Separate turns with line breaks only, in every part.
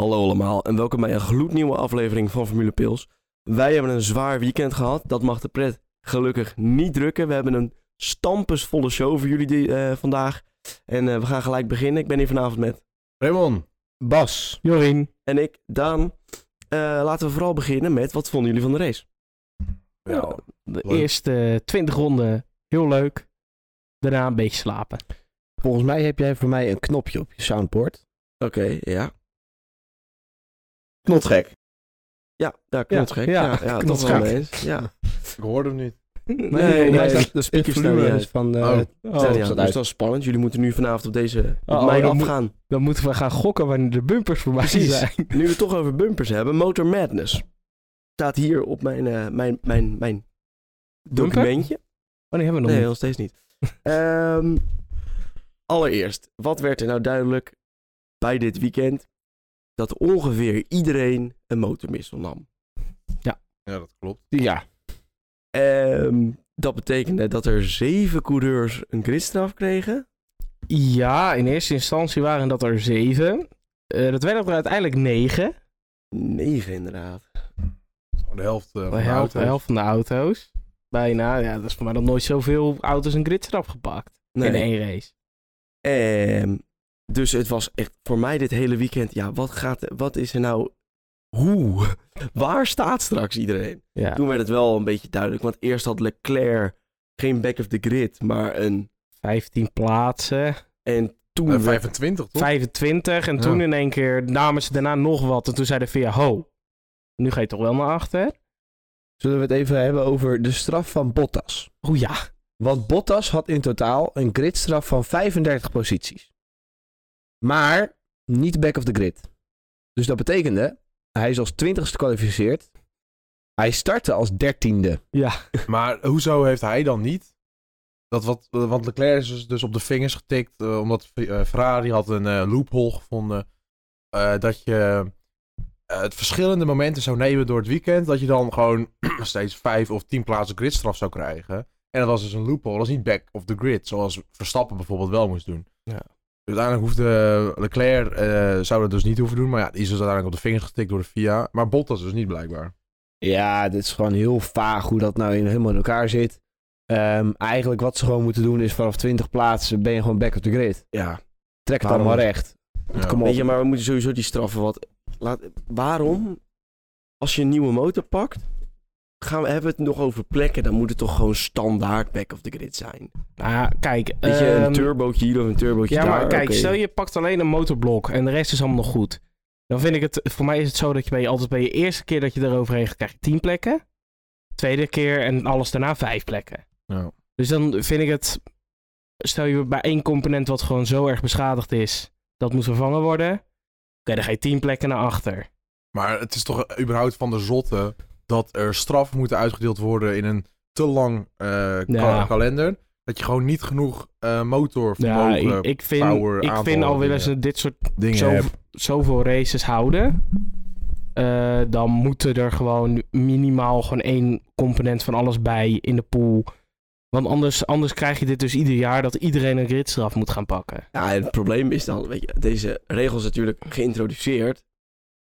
hallo allemaal en welkom bij een gloednieuwe aflevering van Formule Pils. Wij hebben een zwaar weekend gehad, dat mag de pret gelukkig niet drukken. We hebben een stampesvolle show voor jullie die, eh, vandaag en eh, we gaan gelijk beginnen. Ik ben hier vanavond met
Raymond. Bas.
Jorien en ik, Daan. Eh, laten we vooral beginnen met wat vonden jullie van de race? Nou,
Ja.
De
Leuk.
eerste 20 ronden heel leuk. Daarna een beetje slapen.
Volgens mij heb jij voor mij een knopje op je soundboard.
Oké, ja.
Knotgek.
Ja, daar klopt gek.
ja,
ja, ja dat
klopt
wel
gek.
eens. Ja.
Ik hoorde hem niet.
Nee,
mij
nee,
staat de speakers
volume
staan
is-
is van... eh,
Oh.
Ja, ja,
staat
dus
uit.
dat is spannend. Jullie moeten nu vanavond op deze op
Oh,
mij
dat moet-
afgaan.
Dan moeten we gaan gokken wanneer de bumpers voorbij
Precies.
zijn.
Nu we het toch over bumpers hebben, Motor Madness staat hier op mijn, eh, mijn, mijn, mijn
Bumper?
documentje.
Wanneer Oh, hebben we nog
Nee,
niet?
nog steeds niet. Ehm, allereerst, wat werd er nou duidelijk bij dit weekend? Dat ongeveer iedereen een motormissel nam.
Ja, dat klopt.
Ja.
Ehm, dat betekende dat er zeven coureurs een gridstraf kregen.
Ja, in eerste instantie waren dat er zeven. Eh, dat werden er uiteindelijk negen.
Negen inderdaad.
De helft eh,
De
van de
helft, de
auto's.
helft van de auto's. Bijna. Ja, dat is voor mij nog nooit zoveel auto's een gridstrap gepakt.
Nee.
In één race.
Ehm, dus het was echt voor mij dit hele weekend. Ja, wat gaat, wat is er nou? Hoe? Waar staat straks iedereen?
Ja.
Toen werd het wel een beetje duidelijk, want eerst had Leclerc geen back of the grid, maar een.
15 plaatsen.
En toen
Eh,
werd-
25, toch?
25 en
Ja.
toen in één keer namen ze daarna nog wat. En toen zeiden via ho, nu ga je toch wel naar achter?
Zullen we het even hebben over de straf van Bottas?
Oh ja.
Want Bottas had in totaal een gridstraf van 35 posities. Maar niet back of the grid. Dus dat betekende, hij is als 20ste kwalificeerd. Hij startte als 13e.
Maar hoezo heeft hij dan niet? Dat wat, eh, want Leclerc is dus- dus op de vingers getikt. eh, omdat eh, Ferrari had een eh, loophole gevonden. eh, dat je eh, het verschillende momenten zou nemen door het weekend. Dat je dan gewoon steeds vijf of tien plaatsen gridstraf zou krijgen. En dat was dus een loophole. Dat is niet back of the grid. Zoals Verstappen bijvoorbeeld wel moest doen.
Ja.
Uiteindelijk hoefde Leclerc, eh, zou dat dus niet hoeven doen. Maar ja, die is dus uiteindelijk op de vingers getikt door de FIA. Maar Bottas dus niet blijkbaar.
Ja, dit is gewoon heel vaag hoe dat nou in- helemaal in elkaar zit. Ehm, eigenlijk wat ze gewoon moeten doen is vanaf 20 plaatsen ben je gewoon back of the grid.
ja,
Trek het
Waarom?
allemaal recht.
Ja.
Kom op.
weet je, maar we moeten sowieso die straffen wat. Laat, waarom? Als je een nieuwe motor pakt, gaan we, hebben we het nog over plekken. Dan moet het toch gewoon standaard back of the grid zijn.
Nou ja, kijk.
Weet je,
ehm,
een turbootje hier of een turbootje
ja,
daar.
maar kijk,
oké.
stel je pakt alleen een motorblok en de rest is allemaal nog goed. Dan vind ik het, voor mij is het zo dat je bij je, altijd bij je eerste keer dat je eroverheen gaat, krijg je 10 plekken. Tweede keer en alles daarna vijf plekken.
Ja.
Dus dan vind ik het, stel je bij één component wat gewoon zo erg beschadigd is, dat moet vervangen worden. Oké, dan ga je 10 plekken naar achter.
Maar het is toch überhaupt van de zotte dat er straffen moeten uitgedeeld worden in een te lang eh, ka- kalender. Dat je gewoon niet genoeg eh
Ja,
motorvermogen,
ik, ik vind,
power,
ik vind
aanval,
al willen ze
dingen.
dit soort
dingen
zo,
hebt.
zoveel races houden, eh, dan moeten er gewoon minimaal gewoon één component van alles bij in de pool. Want anders, anders krijg je dit dus ieder jaar dat iedereen een gridstraf moet gaan pakken.
Ja, en het probleem is dan, weet je, deze regels natuurlijk geïntroduceerd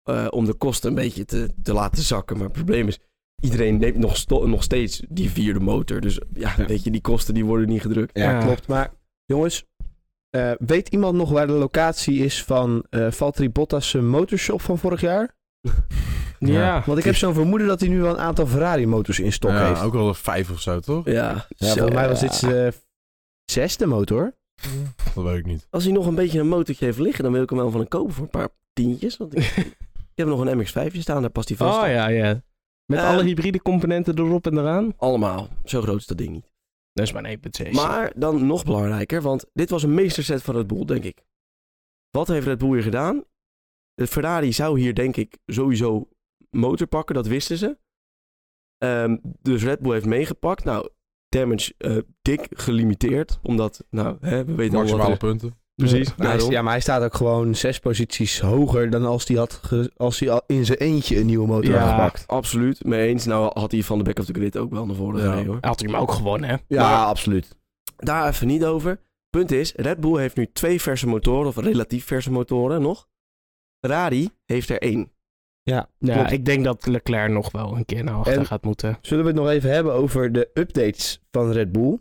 eh, om de kosten een beetje te, te laten zakken. Maar het probleem is, iedereen neemt nog, sto- nog steeds die vierde motor. Dus ja,
Ja.
weet je, die kosten die worden niet gedrukt.
Ja,
Ja.
klopt. Maar jongens, eh, weet iemand nog waar de locatie is van eh Valtteri Bottas' motorshop van vorig jaar?
Ja,
Ja.
Want ik heb zo'n vermoeden dat hij nu wel een aantal Ferrari motors in stok
ja,
heeft.
ook wel vijf of zo, toch?
Ja,
Ja,
zo.
volgens mij was dit zijn eh, zesde motor.
Dat weet ik niet.
Als hij nog een beetje een motortje heeft liggen, dan wil ik hem wel van hem kopen voor een paar tientjes. Want ik, ik heb nog een MX-5 staan, daar past hij vast.
Oh
op.
ja, ja. Met
Ehm,
alle hybride componenten erop en eraan.
Allemaal, zo groot is dat ding niet.
Dat is mijn 1.6.
Maar dan nog belangrijker, want dit was een meesterset van Red Bull, denk ik. Wat heeft Red Bull hier gedaan? De Ferrari zou hier, denk ik, sowieso motor pakken, dat wisten ze. Ehm, dus Red Bull heeft meegepakt. Nou, damage eh, dik gelimiteerd, omdat, nou, hè, we weten allemaal wat
Maximale
er-
punten.
Precies,
Maar hij,
daarom.
ja, maar hij staat ook gewoon zes posities hoger dan als hij, had ge- als hij al in zijn eentje een nieuwe motor
Ja.
had gepakt.
Absoluut, mee eens. Nou had hij van de back of the grid ook wel naar voren
Ja.
gereden, hoor.
Had hij hem ook gewonnen, hè?
Ja,
Maar-
absoluut.
Daar even niet over. Punt is, Red Bull heeft nu twee verse motoren, of relatief verse motoren nog. Ferrari heeft er één.
Ja,
Klopt.
ik denk dat Leclerc nog wel een keer naar achter
En-
gaat moeten.
Zullen we het nog even hebben over de updates van Red Bull?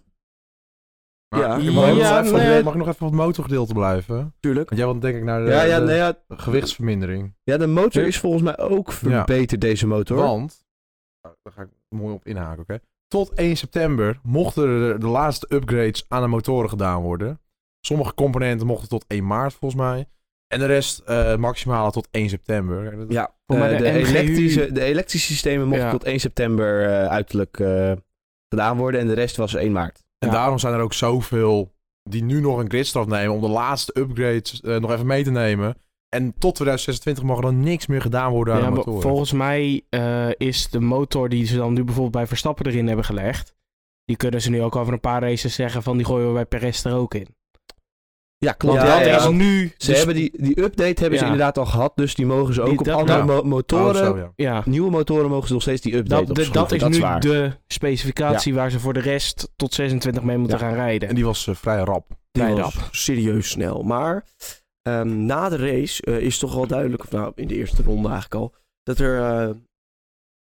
Maar-
Ja,
mag, ik nog
ja,
even,
nee.
mag ik nog even op het motorgedeelte blijven? Want
Tuurlijk.
jij want denk ik naar de,
Ja, ja,
de
nou ja,
gewichtsvermindering.
ja, de motor is volgens mij ook verbeterd, deze motor.
Want, nou, daar ga ik mooi op inhaken, oké. Tot 1 september mochten de, de laatste upgrades aan de motoren gedaan worden. Sommige componenten mochten tot 1 maart volgens mij. En de rest eh maximaal tot 1 september. Kijk, dat-
ja,
Voor mij
eh,
de
de,
MGU.
elektrische, de elektrische systemen mochten
Ja.
tot 1 september eh, uiterlijk eh, gedaan worden en de rest was 1 maart.
En
Ja.
daarom zijn er ook zoveel die nu nog een gridstraf nemen om de laatste upgrades eh, nog even mee te nemen. En tot 2026 mag er dan niks meer gedaan worden aan
Ja,
de
maar
motoren.
volgens mij eh, is de motor die ze dan nu bijvoorbeeld bij Verstappen erin hebben gelegd. Die kunnen ze nu ook over een paar races zeggen van die gooien we bij Perez er ook in.
Ja,
Want
klopt.
dat
ja, ja,
is
want
nu...
ze
dus-
hebben die, die update hebben ze
Ja.
inderdaad al gehad, dus die mogen ze ook
Die-
op
dat-
andere
ja.
mo-
Oh,
motoren,
zo, ja.
ja,
nieuwe motoren mogen ze nog steeds die update
dat, de-
opschroeven.
dat is nu
waar.
de specificatie waar ze voor de rest tot 26 mee moeten
Ja.
gaan rijden.
En die was eh, vrij rap.
Die
Vrij
was
rap.
serieus snel. Maar ehm, na de race eh, is toch wel duidelijk, of nou in de eerste ronde eigenlijk al, dat er eh,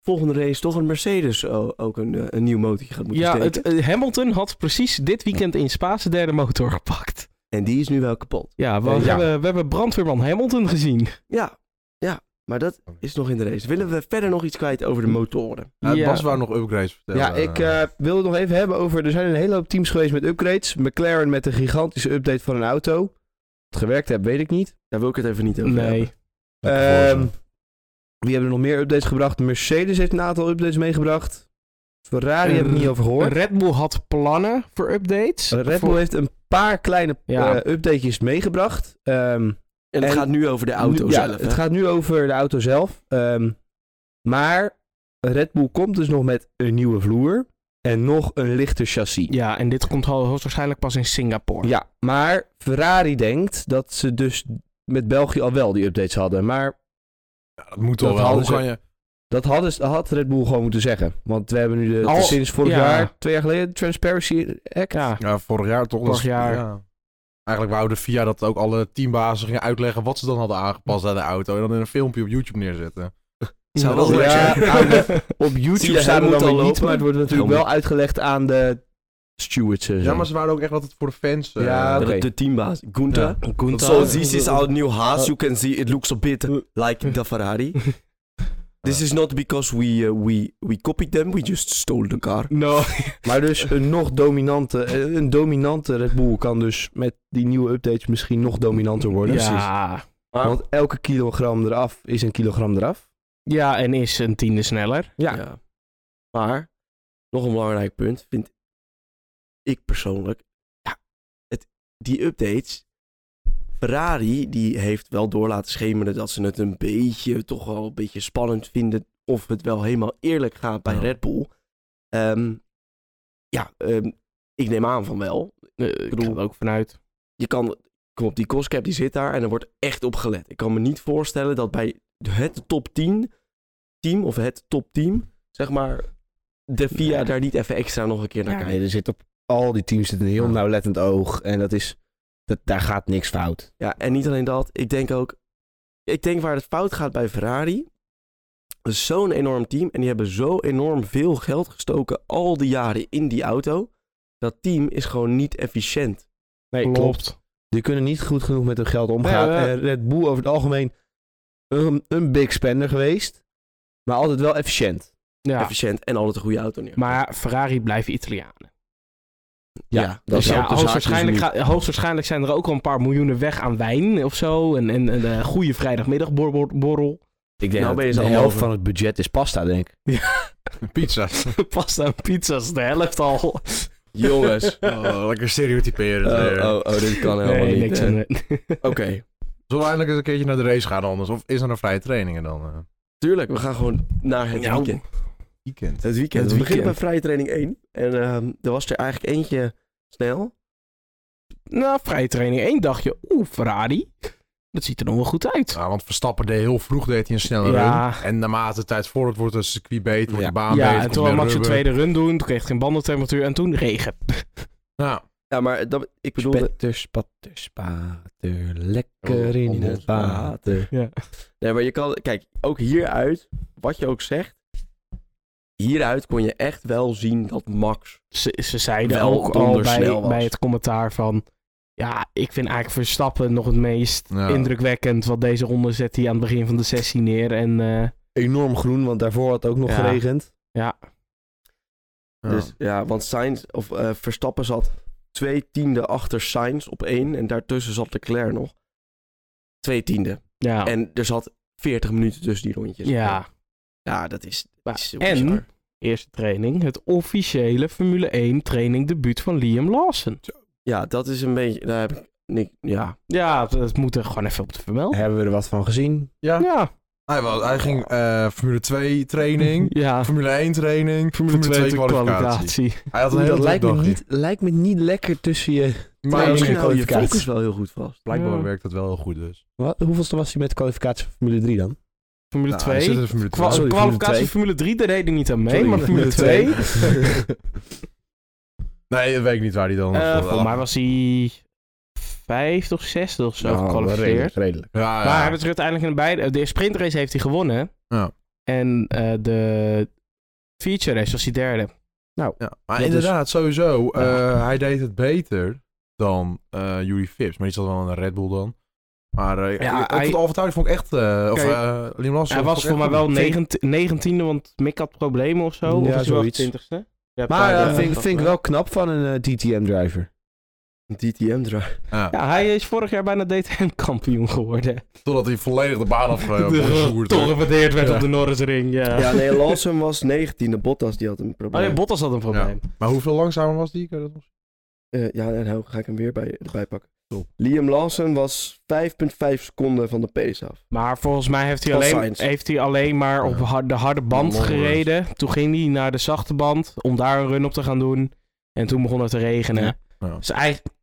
volgende race toch een Mercedes o- ook een, eh, een nieuw motor gaat moeten
ja,
steken.
het, eh, Hamilton had precies dit weekend in Spa zijn derde motor gepakt.
En die is nu wel kapot.
Ja, we,
Eh, ja.
Hebben, we hebben brandweerman Hamilton gezien.
Ja, ja, maar dat is nog in de race. Willen we verder nog iets kwijt over de motoren?
Ja.
Ja.
Bas wou nog upgrades vertellen.
Ja, ik eh wil het nog even hebben over. Er zijn een hele hoop teams geweest met upgrades. McLaren met een gigantische update van een auto. Of Het gewerkt heeft, weet ik niet.
Daar wil ik het even niet over
Nee.
hebben.
Lekker voor
Ehm,
ze.
wie hebben er nog meer updates gebracht? Mercedes heeft een aantal updates meegebracht. Ferrari
Eh,
heb ik niet over gehoord.
Red Bull had plannen voor updates.
Red Bull
Voor-
heeft een paar kleine
Ja.
eh, updatejes meegebracht. Ehm,
En het
En-
gaat nu over de auto
nu- ja,
zelf.
Het
hè?
gaat nu over de auto zelf. Ehm, maar Red Bull komt dus nog met een nieuwe vloer. En nog een lichter chassis.
Ja, en dit komt ho- hoogstwaarschijnlijk pas in Singapore.
Ja, maar Ferrari denkt dat ze dus met België al wel die updates hadden. Maar
Ja, dat moet toch
dat
wel.
hadden
Hoe
ze-
kan je...
dat hadden, ze- had Red Bull gewoon moeten zeggen. Want we hebben nu de,
Al-
sinds vorig
ja.
jaar, twee jaar geleden, Transparency Act.
Ja.
Ja, vorig jaar toch?
Vorig
dat is-
jaar.
ja. Eigenlijk wouden FIA dat ook alle teambazen gingen uitleggen wat ze dan hadden aangepast aan de auto. En dan in een filmpje op YouTube neerzetten.
Zou
dat-
wel leuk
ja,
zijn.
aan de-
Op
YouTube staat het dan weer niet, maar het wordt natuurlijk
Helmut.
wel uitgelegd aan de stewards. en zo.
Ja, maar ze wouden ook echt dat het voor de fans... eh,
Ja,
dat-
oké.
De teambaas, Gunther.
Gunther-
So this is our new house. You can see it looks a bit like the Ferrari. This is not because we uh, we we copied them. We just stole the car.
No.
Maar dus een nog dominante, eh, een dominante Red Bull kan dus met die nieuwe updates misschien nog dominanter worden.
Ja.
Want elke kilogram eraf is een kilogram eraf.
ja, en is een tiende sneller.
Ja.
Maar nog een belangrijk punt vind ik persoonlijk. Ja, het, die updates. Ferrari die heeft wel door laten schemeren dat ze het een beetje toch wel een beetje spannend vinden of het wel helemaal eerlijk gaat bij
Ja.
Red Bull. Ehm, ja, ehm, ik neem aan van wel.
Eh, ik
bedoel-
ga er ook vanuit.
je kan, kom op, die kostcap die zit daar en er wordt echt op gelet. Ik kan me niet voorstellen dat bij het top 10 team of het top team, zeg maar, de VIA
Nee.
daar niet even extra nog een keer naar
Ja.
kijkt.
Nee, er zit op al die teams zit een heel nauwlettend oog. En dat is, dat, daar gaat niks fout.
Ja, en niet alleen dat, ik denk ook, ik denk waar het fout gaat bij Ferrari, dat is zo'n enorm team en die hebben zo enorm veel geld gestoken al die jaren in die auto. Dat team is gewoon niet efficiënt.
Nee, Die kunnen niet goed genoeg met hun geld omgaan.
Nee, ja.
En Red Bull over het algemeen een, een big spender geweest. Maar altijd wel efficiënt.
Ja.
Efficiënt en altijd een goede auto neer.
Maar Ferrari blijven Italianen.
Ja, dat
Dus
is
ja,
ook de zaak die ze
hoogstwaarschijnlijk,
nu-
ga- hoogstwaarschijnlijk zijn er ook al een paar miljoenen weg aan wijn of zo. En en- en een goede vrijdagmiddagborrel.
Ik denk
Nou ben
dat
je ze
de
allemaal
helft
over.
van het budget is pasta, denk ik.
Pizza.
Pasta en pizza's, de helft al.
Jongens.
Oh, lekker stereotyperen.
Oh,
weer.
oh, oh, dit kan helemaal
nee,
niet.
niks
hè.
aan het-
Oké,
Zullen we eindelijk eens een keertje naar de race gaan anders? Of is er nog vrije trainingen dan? eh?
Tuurlijk, we gaan gewoon naar het
Ja.
weekend.
weekend.
Het weekend.
Het
we beginnen bij
weekend.
vrije training 1. En ehm, er was er eigenlijk eentje snel.
Nou, vrije training één dagje. Oeh, Ferrari. Dat ziet er nog wel goed uit.
Ja, want Verstappen deed heel vroeg deed hij een snelle
Ja.
run. En naarmate de tijd voor het wordt het circuit beter, wordt
Ja.
de baan
ja,
beter.
en
komt
toen had
meer
Max zijn
rubber.
tweede run doen. Toen kreeg hij een bandentemperatuur en toen regen.
Ja,
Ja, maar dat, ik bedoelde...
Spetter, spatter, spater, lekker
Oh,
in het
honderd.
water.
Ja.
Nee, maar je kan... Kijk, ook hieruit, wat je ook zegt... Hieruit kon je echt wel zien dat Max...
Ze, ze zeiden
Wel
ook al bij,
dondersnel was.
bij het commentaar van... Ja, ik vind eigenlijk Verstappen nog het meest
Ja.
indrukwekkend. Want deze ronde zet hij aan het begin van de sessie neer. En eh,
Enorm groen, want daarvoor had het ook nog
Ja.
geregend.
Ja.
Dus ja, want Sainz, of, eh, Verstappen zat twee tiende achter Sainz op één. En daartussen zat Leclerc nog. Twee tiende.
ja,
En er zat 40 minuten tussen die rondjes.
ja,
Ja, dat is, dat is zo
en-
bizar.
eerste training. Het officiële Formule 1 training debuut van Liam Lawson.
Ja, dat is een beetje... Daar heb ik... Nick, ja.
Ja, dat, dat moet er gewoon even op te vermelden.
Hebben we er wat van gezien?
Ja.
Ja,
Hij, was, hij ging eh, Formule 2 training,
ja.
Formule 1 training, Formule, 2 kwalificatie. Hij had een
Oeh,
hele
dat lijkt me,
druk dagje.
niet, lijkt me niet lekker tussen je...
Maar
Nee,
dat is
misschien
geen
hou je je
kwalificatie.
focus wel heel goed vast.
Blijkbaar
Ja.
werkt dat wel heel goed dus.
Wat, hoeveelste was hij met de kwalificatie van Formule 3 dan?
Formule
Nou, hij
2.
zit in Formule
Kwa-
2.
Sorry,
kwalificatie
Formule
Formule 3, daar deed hij niet aan mee.
Sorry,
maar Formule 2. Eh
Nee, dat weet ik niet waar hij dan...
volgens Eh, mij was hij vijfde of zesde of zo
Nou,
gekwalificeerd.
redelijk, redelijk.
Ja,
Maar hij
ja.
werd er uiteindelijk in beide... De sprintrace heeft hij gewonnen.
Ja.
En eh, de feature race was hij derde.
Ja, maar
Dat is-
inderdaad, sowieso. eh, hij deed het beter dan eh Yuri Vips. Maar die zat wel in een Red Bull dan. Maar eh
Ja,
ja,
hij-
hij... Alfa Tauri vond ik echt... eh of
Kijk,
eh Liam Lawson
hij
vond
was
ik
voor mij
echt
wel
goed.
negent- negentiende, want Mick had problemen of zo.
Ja,
of was hij wel
zoiets.
twintigste? Ja,
Maar
ja,
dat vind, ik- vind ik wel knap van een eh, DTM-driver.
Een DTM draai.
Ja,
Ja, hij is vorig jaar bijna DTM-kampioen geworden.
totdat hij volledig de baan af eh,
Oh
De-
opgesjoerd werd.
Toch gewaardeerd werd
Ja.
op de Norrisring, ja.
Ja, nee, Lawson was 19e. Bottas die had een probleem.
Alleen Bottas had een probleem.
Maar hoeveel langzamer was die? Kan je dat nog zien?
Eh, ja, en nou ga ik hem weer bij, erbij pakken.
Top.
Liam Lawson was 5,5 seconden van de pace af.
Maar volgens mij heeft hij
Van
alleen,
Sainz.
heeft hij alleen maar op
Ja.
har- de harde band
Mooi.
gereden. Toen ging hij naar de zachte band om daar een run op te gaan doen. En toen begon het te regenen.
Ja. Ja.
Dus eigenlijk,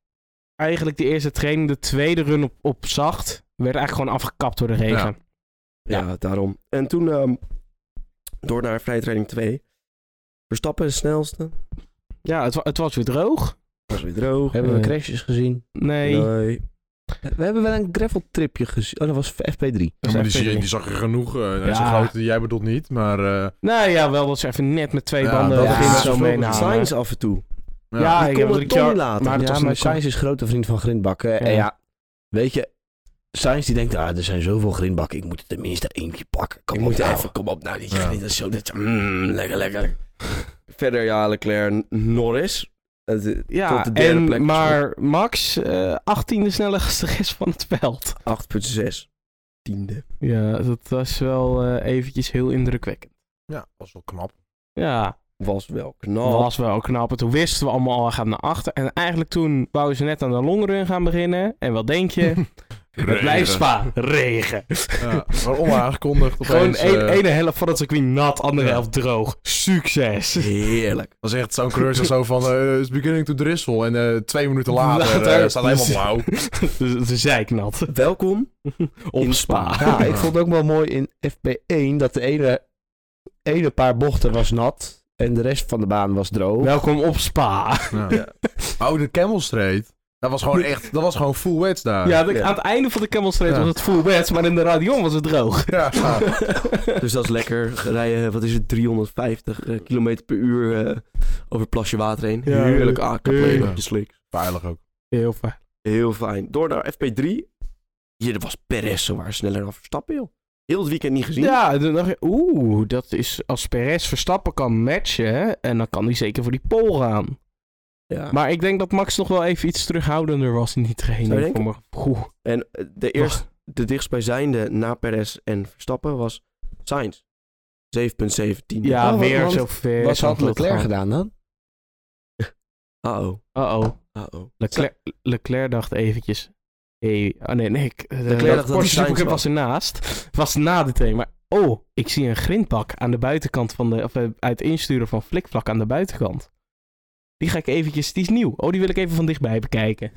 eigenlijk de eerste training, de tweede run op, op zacht, werd eigenlijk gewoon afgekapt door de regen.
Ja, daarom. En toen ehm, door naar vrijtraining 2. Verstappen de snelste.
Ja, het, wa- het was weer droog.
Was weer droog.
Hebben we
Eh.
crashes gezien?
Nee.
Nee.
We hebben wel een graveltripje gezien. Oh, dat was FP3.
dat was
maar die,
even
zie-
drie.
die zag je genoeg. eh
Ja.
Zo groot die jij bedoelt niet, maar... eh,
Nou ja, wel dat ze even net met twee
Ja,
banden
dat
het
is
begin
best
zo
Verstappen
meenamen.
Sainz af en toe.
ja.
Ja,
Die
ik
kon
heb
het
drie
toch
keer-
niet laten.
Maar dat
ja,
was een-
maar Sainz is grote vriend van grindbakken. En ja, weet je, Sainz die denkt, ah, er zijn zoveel grindbakken, ik moet er tenminste eentje pakken. Kom
Ik
op
moet
nou.
even, kom op nou. Dit,
Ja.
dit is zo, dit, mm, lekker, lekker. Verder ja, Leclerc, Norris. Eh,
Ja,
tot de derde
en,
plek.
maar Max, eh 18e snelste rest van het veld.
8,6. Tiende.
Ja, dat was wel eh, eventjes heel indrukwekkend.
ja, was wel knap.
Ja,
Was wel
dat
knap.
was wel knap. En toen wisten we allemaal al, we gaan naar achter. En eigenlijk toen wouden ze net aan de longrun gaan beginnen. En wat denk je? Het blijft spa. Regen.
Ja, maar onaangekondigd
Gewoon
opeens,
één-
eh,
ene helft van het circuit nat, andere
ja.
helft droog. Succes.
Heerlijk.
Dan zegt zo'n kleur zo van, eh it's beginning to drizzle. En eh, twee minuten later, eh,
Later.
staat helemaal blauw.
Dus Het is zeiknat.
Welkom.
Op
In
spa.
Ja, ik vond het ook wel mooi in FP1 dat de ene, ene paar bochten was nat en de rest van de baan was droog.
Welkom op spa.
Ja. Oh, de Camel Street. Dat was gewoon echt, dat was gewoon full wets daar.
Ja, de-
ja.
aan het einde van de Camel Street
Ah, Ja.
was het full wet, maar in de Radion was het droog.
Ja.
Dus dat is lekker. Rijden, wat is het, 350 eh, km per uur eh, over het plasje water heen.
Ja,
Heerlijk. Ah, kapot
heerlijk.
op je slik.
Veilig ook.
Heel fijn.
Heel fijn. Door naar FP3. Hier was Perez zowaar sneller dan Verstappen, joh. Heel het weekend niet gezien.
Ja, dan dacht ik, oeh, dat is als Perez Verstappen kan matchen, en dan kan hij zeker voor die pole gaan.
Ja.
Maar ik denk dat Max nog wel even iets terughoudender was in die
Zou je
training. Voor mijn gevoel.
En eh, de, eerst, de dichtstbijzijnde na Perez en Verstappen was Sainz. 7,17.
Ja,
Oh, wat-
weer
want
zo ver.
Wat
zo
had
vlot
Leclerc
gaan.
gedaan dan?
Uh-oh.
Uh-oh.
Uh-oh.
Leclerc, Leclerc dacht eventjes... Hey, ah nee, nee. Ik, eh,
dacht dat het Sainz
Porsche Supercup
was.
was ernaast. Was na de training. Maar oh, ik zie een grindbak aan de buitenkant van de... Of eh, uit insturen van flikvlak aan de buitenkant. Die ga ik eventjes... Die is nieuw. Oh, die wil ik even van dichtbij bekijken.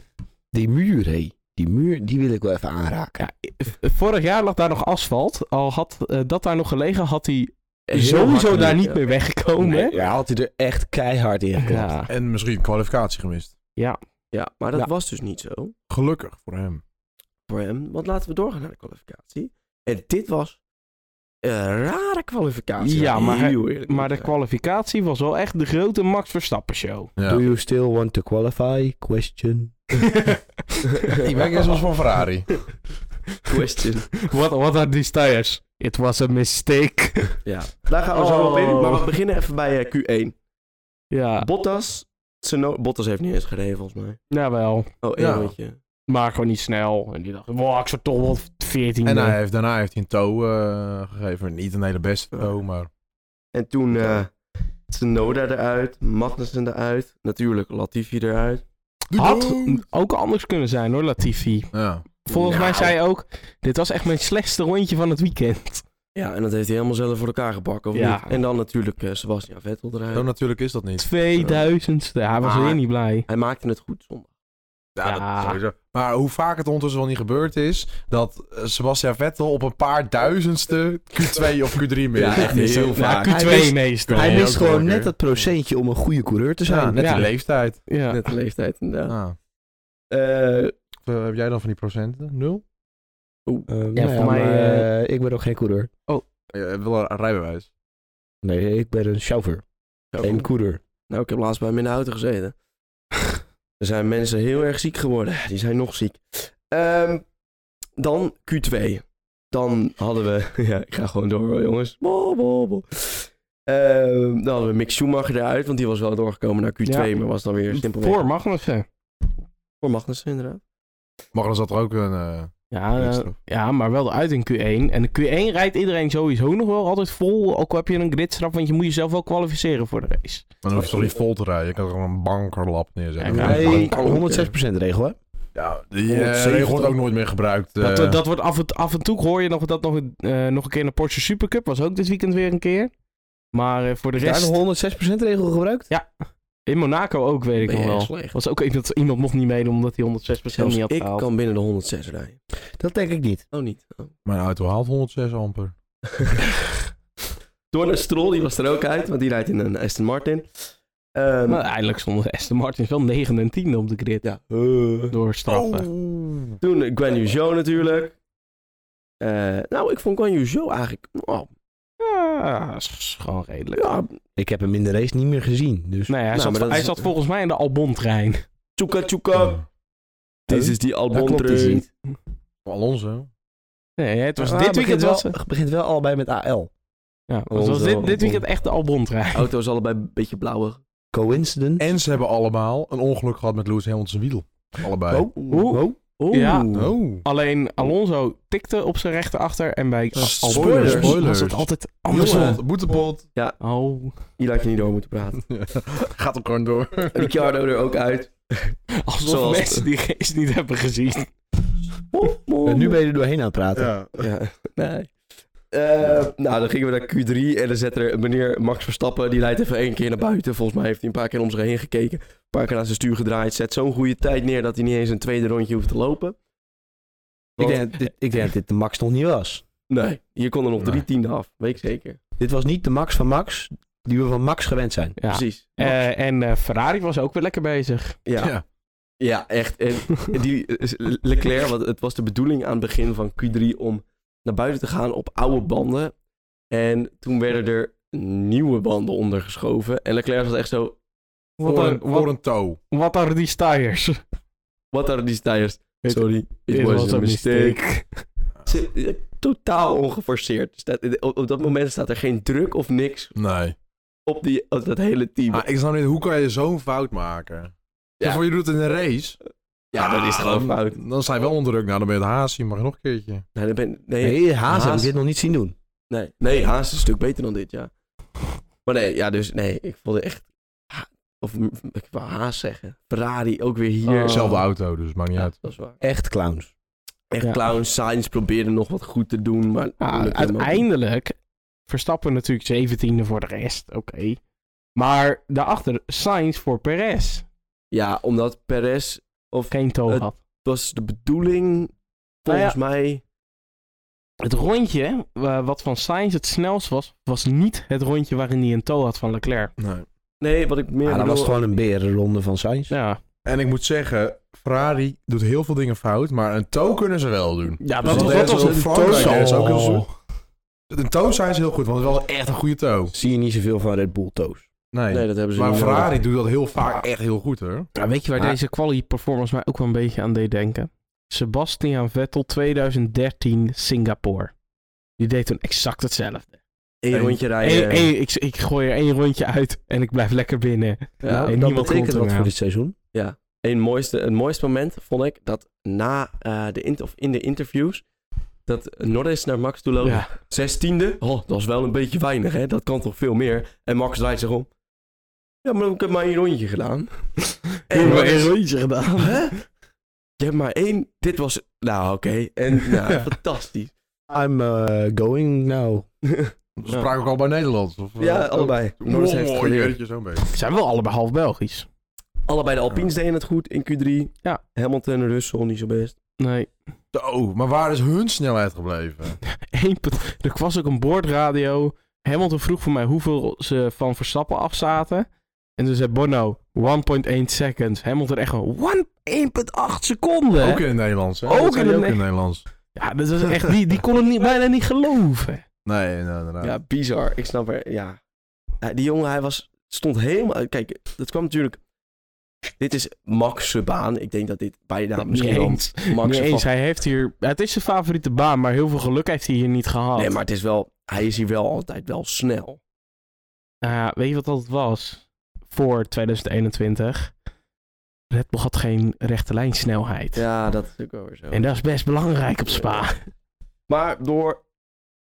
Die muur, hé. Die muur, die wil ik wel even aanraken.
Ja, v- vorig jaar lag daar nog asfalt. Al had eh, dat daar nog gelegen, had hij
Heel
sowieso
hard
daar niet
ja.
meer weggekomen.
Nee, ja, had hij er echt keihard in geklapt.
ja.
En misschien kwalificatie gemist.
Ja, maar dat
Ja.
was dus niet zo
Gelukkig voor hem.
voor hem. Want laten we doorgaan naar de kwalificatie. En dit was een rare kwalificatie.
Ja, maar hij-
Heel eerlijk
Maar de
moet ik
kwalificatie was wel echt de grote Max Verstappen show.
Ja.
Do you still want to qualify? Question.
Die weg is was van Ferrari.
Question.
what, what are these tires? It was a mistake.
Ja. Daar gaan we zo op in.
Oh. Ah.
Maar we beginnen even bij eh, Q1.
ja,
Bottas. Tsuno- Bottas heeft niet eens gereden, volgens mij.
jawel.
Oh, één
Ja.
rondje.
Maar gewoon niet snel. En die dacht, wow, ik zou toch wel 14
En hij heeft, daarna heeft hij een toe eh, gegeven. Niet een hele beste toe, maar...
En toen eh Tsunoda eruit, Magnussen eruit, natuurlijk Latifi eruit.
Had ook anders kunnen zijn hoor, Latifi.
Ja.
Volgens mij
Nou.
zei hij ook, dit was echt mijn slechtste rondje van het weekend.
Ja, en dat heeft hij helemaal zelf voor elkaar gebakken, of
Ja.
niet? En dan natuurlijk eh, Sebastian Vettel eruit.
Zo natuurlijk is dat niet.
2000ste. Hij was
Maar-
weer niet blij.
Hij maakte het goed zondag.
Ja,
Ja.
Dat sowieso. Maar hoe vaak het ondertussen wel niet gebeurd is, dat eh, Sebastian Vettel op een paar duizendste Q2 of Q3 mist.
Ja, echt heel
Ja,
vaak.
Q2
Hij mist-
meestal.
hij
Nee,
mist
ook
gewoon
lekker.
net dat procentje om een goede coureur te zijn.
Ja, net
Ja.
de leeftijd.
Ja.
Net de leeftijd, inderdaad.
Ja.
Eh,
Eh, heb jij dan van die procenten? Nul?
Ehm,
ja,
nou
voor mij,
maar, eh, ik ben ook geen coureur.
Je hebt wel een rijbewijs.
Nee, ik ben een chauffeur.
zo.
Geen coureur.
Nou, ik heb laatst bij hem in de auto gezeten. er zijn mensen heel erg ziek geworden. Die zijn nog ziek. Ehm, dan Q2. Dan hadden we... Ja, ik ga gewoon door hoor, jongens. Bo, bo, bo. Ehm, dan hadden we Mick Schumacher eruit, want die was wel doorgekomen naar Q2,
Ja.
maar was dan weer simpel
Voor Magnussen.
voor Magnussen inderdaad.
Magnus had er ook een... eh,
Ja, eh,
extra.
ja, maar wel uit in Q1. En de Q1 rijdt iedereen sowieso nog wel altijd vol. Ook al heb je een gridstraf, want je moet jezelf wel kwalificeren voor de race.
Dan hoef je toch niet vol te rijden. Je kan gewoon een bankerlap neerzetten.
Ja,
Ja,
Nee,
Hey,
kan ook,
106% regel, hè?
die eh,
170.
regel wordt ook nooit meer gebruikt. eh.
dat, dat wordt af en, af en toe hoor je nog dat nog, een- eh, nog een keer in de Porsche Supercup. Was ook dit weekend weer een keer. Maar eh, voor de
Is daar
rest,
de 106% regel gebruikt?
in Monaco ook weet ik
Ben
nog
je
wel.
echt slecht.
Was ook iemand, iemand mocht niet meedoen omdat hij 106%
Zelfs
niet had
ik
gehaald.
kan binnen de 106 rijden.
Dat denk ik niet.
Oh, niet. Oh.
Mijn auto haalt 106 amper.
Door naar Stroll, die was er ook uit, want die rijdt in een Aston Martin. Ehm,
Maar eindelijk stonden Aston Martin wel 9 en 10 op de grid.
ja. Eh.
Door
Oh.
straffen.
Toen eh, Guan Yu Zhou natuurlijk. Eh, nou, ik vond Guan Yu Zhou eigenlijk... oh,
Ja, is gewoon redelijk.
ja,
Ik heb hem in de race niet meer gezien. Dus
Nee, hij,
Nou,
zat,
maar dat
hij
is-
zat volgens mij in de Albon-trein.
tjoeka tjoeka. Dit is die
daar klopt iets
Albon-trein.
niet.
Alonso.
Nee, het was
Ah,
dit weekend
begint
was,
wel, begint wel allebei met AL.
ja, het
onze
was dit,
Albon.
dit weekend echt de Albon-trein.
Auto is allebei een beetje blauwig.
Coincident.
En ze hebben allemaal een ongeluk gehad met Lewis Hamilton zijn wiel. Allebei.
Oh,
Oeh.
oh.
Oeh.
Ja.
Oh.
Alleen Alonso tikte op zijn rechterachter en bij
Ah,
Albon
spoilers,
was
spoilers.
het altijd andersom.
Boetepot, boetepot.
Oh,
Hier laat je niet door moeten praten.
Gaat ook gewoon door.
Ricciardo er ook uit.
alsof
Zoals-
mensen die race niet hebben gezien.
En nu ben je er doorheen aan het praten.
Ja.
Ja, nee. Eh, nou, dan gingen we naar Q3 en dan zet er meneer Max Verstappen, die leidt even één keer naar buiten. Volgens mij heeft hij een paar keer om zich heen gekeken, een paar keer naar zijn stuur gedraaid. Zet zo'n goede tijd neer dat hij niet eens een tweede rondje hoeft te lopen.
Ik, denk, dat dit- ik denk dat dit de max nog niet was.
Nee, hier kon er nog drie
Nee.
tienden af, weet ik zeker.
Dit was niet de max van max die we van max gewend zijn.
Ja.
Precies.
Eh, en eh, Ferrari was ook weer lekker bezig.
ja. ja.
Ja.
echt. En die eh, Leclerc, want het was de bedoeling aan het begin van Q3 om naar buiten te gaan op oude banden. En toen werden er nieuwe banden ondergeschoven. En Leclerc was echt zo,
Wat
Voor
are,
een, voor
what,
een toe.
what are these tires?
wat are these tires?
It-
Sorry, it, was, a mistake. Ze- eh, Totaal ongeforceerd. Er staat- op, op dat moment staat er geen druk of niks
Nee.
op, die, op dat hele team.
Ah, ik snap niet, hoe kan je zo'n fout maken?
Ja.
Ja. Voor je doet het in een race.
ja, dat is
Ah,
gewoon
dan-
fout.
Dan zijn we wel onder druk. Nou, dan ben je het haast. Je mag nog een keertje.
Nee, dat ben- nee,
Nee, Haas heb ik
Haas.
dit nog niet zien doen.
Nee, nee Haas is een stuk beter dan dit, ja. Maar nee, ja, dus nee, ik vond het echt... Ha- Of m- ik wou Haas zeggen. Ferrari ook weer hier.
Oh.
Zelfde auto, dus maakt niet
Ja,
uit.
dat is waar.
Echt clowns.
Echt
Ja.
clowns. Sainz probeerde nog wat goed te doen, maar...
Ah,
lukte hem ook niet.
uiteindelijk Verstappen natuurlijk 17e voor de rest. Oké. Maar daarachter Sainz voor Perez.
Ja, omdat Perez... Of het
Geen toe
Het-
had.
was de bedoeling,
Nou ja.
volgens mij...
Het rondje eh, wat van Sainz het snelst was, was niet het rondje waarin hij een toe had van Leclerc.
Nee.
Nee, wat ik meer
Ah, dat
bedoel-
was gewoon een berenronde van Sainz.
Ja,
En ik moet zeggen, Ferrari doet heel veel dingen fout, maar een toe kunnen ze wel doen. Dus
Ja,
dat
dat was
deden
dat
ze
was
op
een
Frankrijk,
toestel.
hè, is ook heel zo- Een toe zijn ze heel goed, want het was echt een goede toe.
Zie je niet zoveel van Red Bull toes.
Nee.
Nee, dat hebben ze
maar
niet nodig.
Ferrari doet dat heel vaak echt heel goed hoor.
Ja, weet je waar
Maar-
deze quali-performance mij ook wel een beetje aan deed denken? Sebastian Vettel 2013 Singapore. Die deed toen exact hetzelfde.
Eén
Eén-
rondje rijden.
Eén- één- ik, ik gooi er één rondje uit en ik blijf lekker binnen.
Ja,
nou,
en
dat
niemand komt
betekent wat
eraan.
voor dit seizoen.
Een mooiste, het mooiste moment vond ik dat na eh, de int- of in de interviews dat Norris naar Max toe loopt.
Ja.
Zestiende? Oh, dat is wel een beetje weinig, hè? Dat kan toch veel meer? En Max draait zich om. Ja, maar ik heb maar één rondje gedaan.
Ik heb maar
Norris,
één rondje gedaan.
Hè? Je hebt maar één. Dit was... Nou, oké. En nou,
Ja.
fantastisch.
I'm eh, going now.
Ze spraken ook al bij Nederland. Of, eh,
Ja, allebei.
oh,
Norris heeft
oh,
het geleerd.
jeetje, zo'n beetje.
Zijn wel allebei half Belgisch.
Allebei de Alpines deden het goed in Q3.
Ja.
Hamilton en Russell niet zo best.
Nee.
Zo, Oh, maar waar is hun snelheid gebleven?
Eén put- er was ook een boordradio. Hamilton vroeg voor mij hoeveel ze van Verstappen afzaten. En toen zei Bono, 1.1 seconds. Hamilton echt gewoon 1.8 seconden.
Ook in het Nederlands. Hè?
Ook
Dat zei
in
hij
het
ook in het Nederlands.
Ja, dat was echt, die, die kon het niet, bijna niet geloven.
Nee, nee, inderdaad.
Ja, bizar. Ik snap er. Ja. Ja, die jongen, hij was, stond helemaal. Kijk, dat kwam natuurlijk. Dit is Max' baan. Ik denk dat dit bijna misschien
niet
wel
eens.
Max'
Niet eens.
favoriete-
Hij heeft hier, het is zijn favoriete baan, maar heel veel geluk heeft hij hier niet gehad.
Nee, maar het is wel. Hij is hier wel altijd wel snel.
Nou, weet je wat dat was? Voor 2021. Red Bull had geen rechte lijnsnelheid.
Ja, dat is natuurlijk wel weer zo.
En dat is best belangrijk op Spa.
Maar door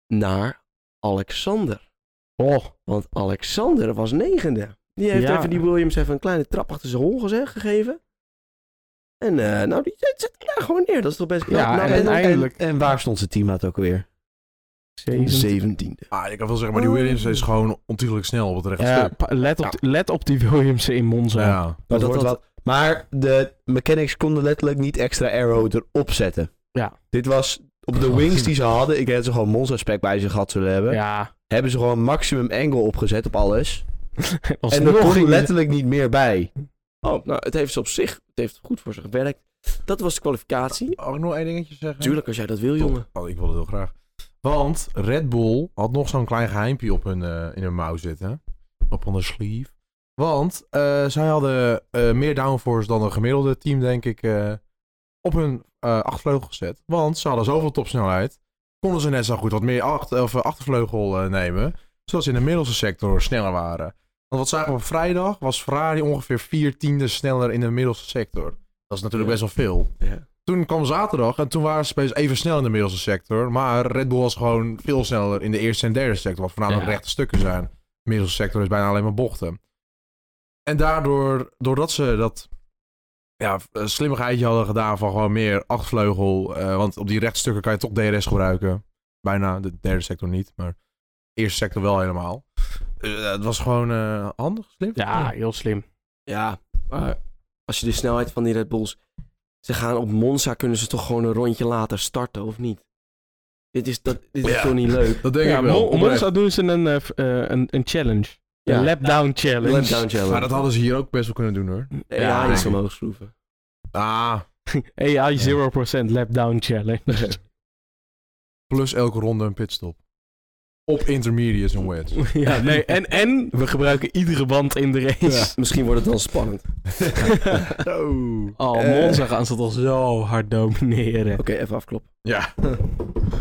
naar Alexander.
Oh,
Want Alexander was negende. Die heeft
Ja.
even die Williams even een kleine trap achter zijn hol gezegd, gegeven. En eh, nou, die zet zet hij daar gewoon neer. Dat is toch best knap.
Ja,
Nou,
en uiteindelijk-
En, en waar stond zijn teammaat ook weer?
zeven.
zeventiende.
Ah, ik kan wel zeggen, maar die Williams is gewoon ontiegelijk snel op het rechte
Oh. Ja,
stuk.
pa- let, op, let op die Williamsen in Monza.
Ja.
Maar,
Dat
dat
wordt
had- maar de mechanics konden letterlijk niet extra arrow erop zetten.
Ja.
Dit was op
Oh.
de wings die ze hadden. Ik denk dat ze gewoon monster spec bij zich gehad zullen hebben.
Ja.
Hebben ze gewoon maximum angle opgezet op alles. en er
Alsnog
kon
ging-
letterlijk niet meer bij.
Oh, nou, het heeft ze op zich het heeft goed voor ze gewerkt. Dat was de kwalificatie.
Mag ik nog één dingetje zeggen?
Tuurlijk, als jij dat wil, jongen.
Oh, ik wil het heel graag. Want Red Bull had nog zo'n klein geheimpje op hun, eh, in hun mouw zitten. Op hun sleeve. Want eh, zij hadden eh, meer downforce dan een gemiddelde team, denk ik, eh, op hun eh, achtervleugel gezet. Want ze hadden zoveel topsnelheid. Konden ze net zo goed wat meer acht, of, eh, achtervleugel eh, nemen. Zodat ze in de middelste sector sneller waren. Want wat zagen we op vrijdag? Was Ferrari ongeveer vier tiende sneller in de middelste sector. Dat is natuurlijk
Ja.
best wel veel.
Ja.
Toen kwam zaterdag en toen waren ze opeens even snel in de middelste sector. Maar Red Bull was gewoon veel sneller in de eerste en derde sector. Wat voornamelijk
Ja.
rechte stukken zijn. De middelste sector is bijna alleen maar bochten. En daardoor, doordat ze dat ja, eh, slimmigheidje hadden gedaan van gewoon meer achtvleugel. eh, want op die rechte stukken kan je toch DRS gebruiken. Bijna, de derde sector niet, maar de eerste sector wel helemaal. Eh, het was gewoon eh, handig, slim.
Ja, heel slim.
Ja, maar als je de snelheid van die Red Bulls... Ze gaan op Monza, kunnen ze toch gewoon een rondje later starten, of niet? Dit is, dat, dit is
Ja.
toch niet leuk?
Dat denk
Ja,
ik wel.
Mon-
oprecht.
Monza doen ze een, eh, f- eh, een, een challenge.
Ja.
Een lapdown challenge.
Lapdown challenge.
Maar dat hadden ze hier ook best wel kunnen doen hoor.
Ja,
Ja,
iets
denk ik.
omhoog schroeven.
Ah,
AI 0% lapdown challenge.
Plus elke ronde een pitstop. Op intermediates en wets.
ja, nee. En, en we gebruiken iedere band in de race.
Misschien wordt het dan spannend.
Zo.
Oh,
Eh.
Monza gaan ze toch zo hard domineren.
Oké, even afkloppen.
Ja.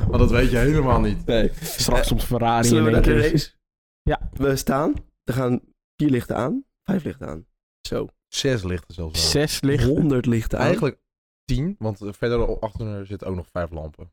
Maar dat weet je helemaal niet.
Nee.
Straks soms Ferrari
Zullen we
in één
naar de
keer.
race?
Ja.
We staan. Er gaan vier lichten aan. Vijf lichten aan. Zo.
Zes lichten zelfs wel.
Zes lichten.
100 lichten aan.
Eigenlijk tien, want verder achter zitten ook nog vijf lampen.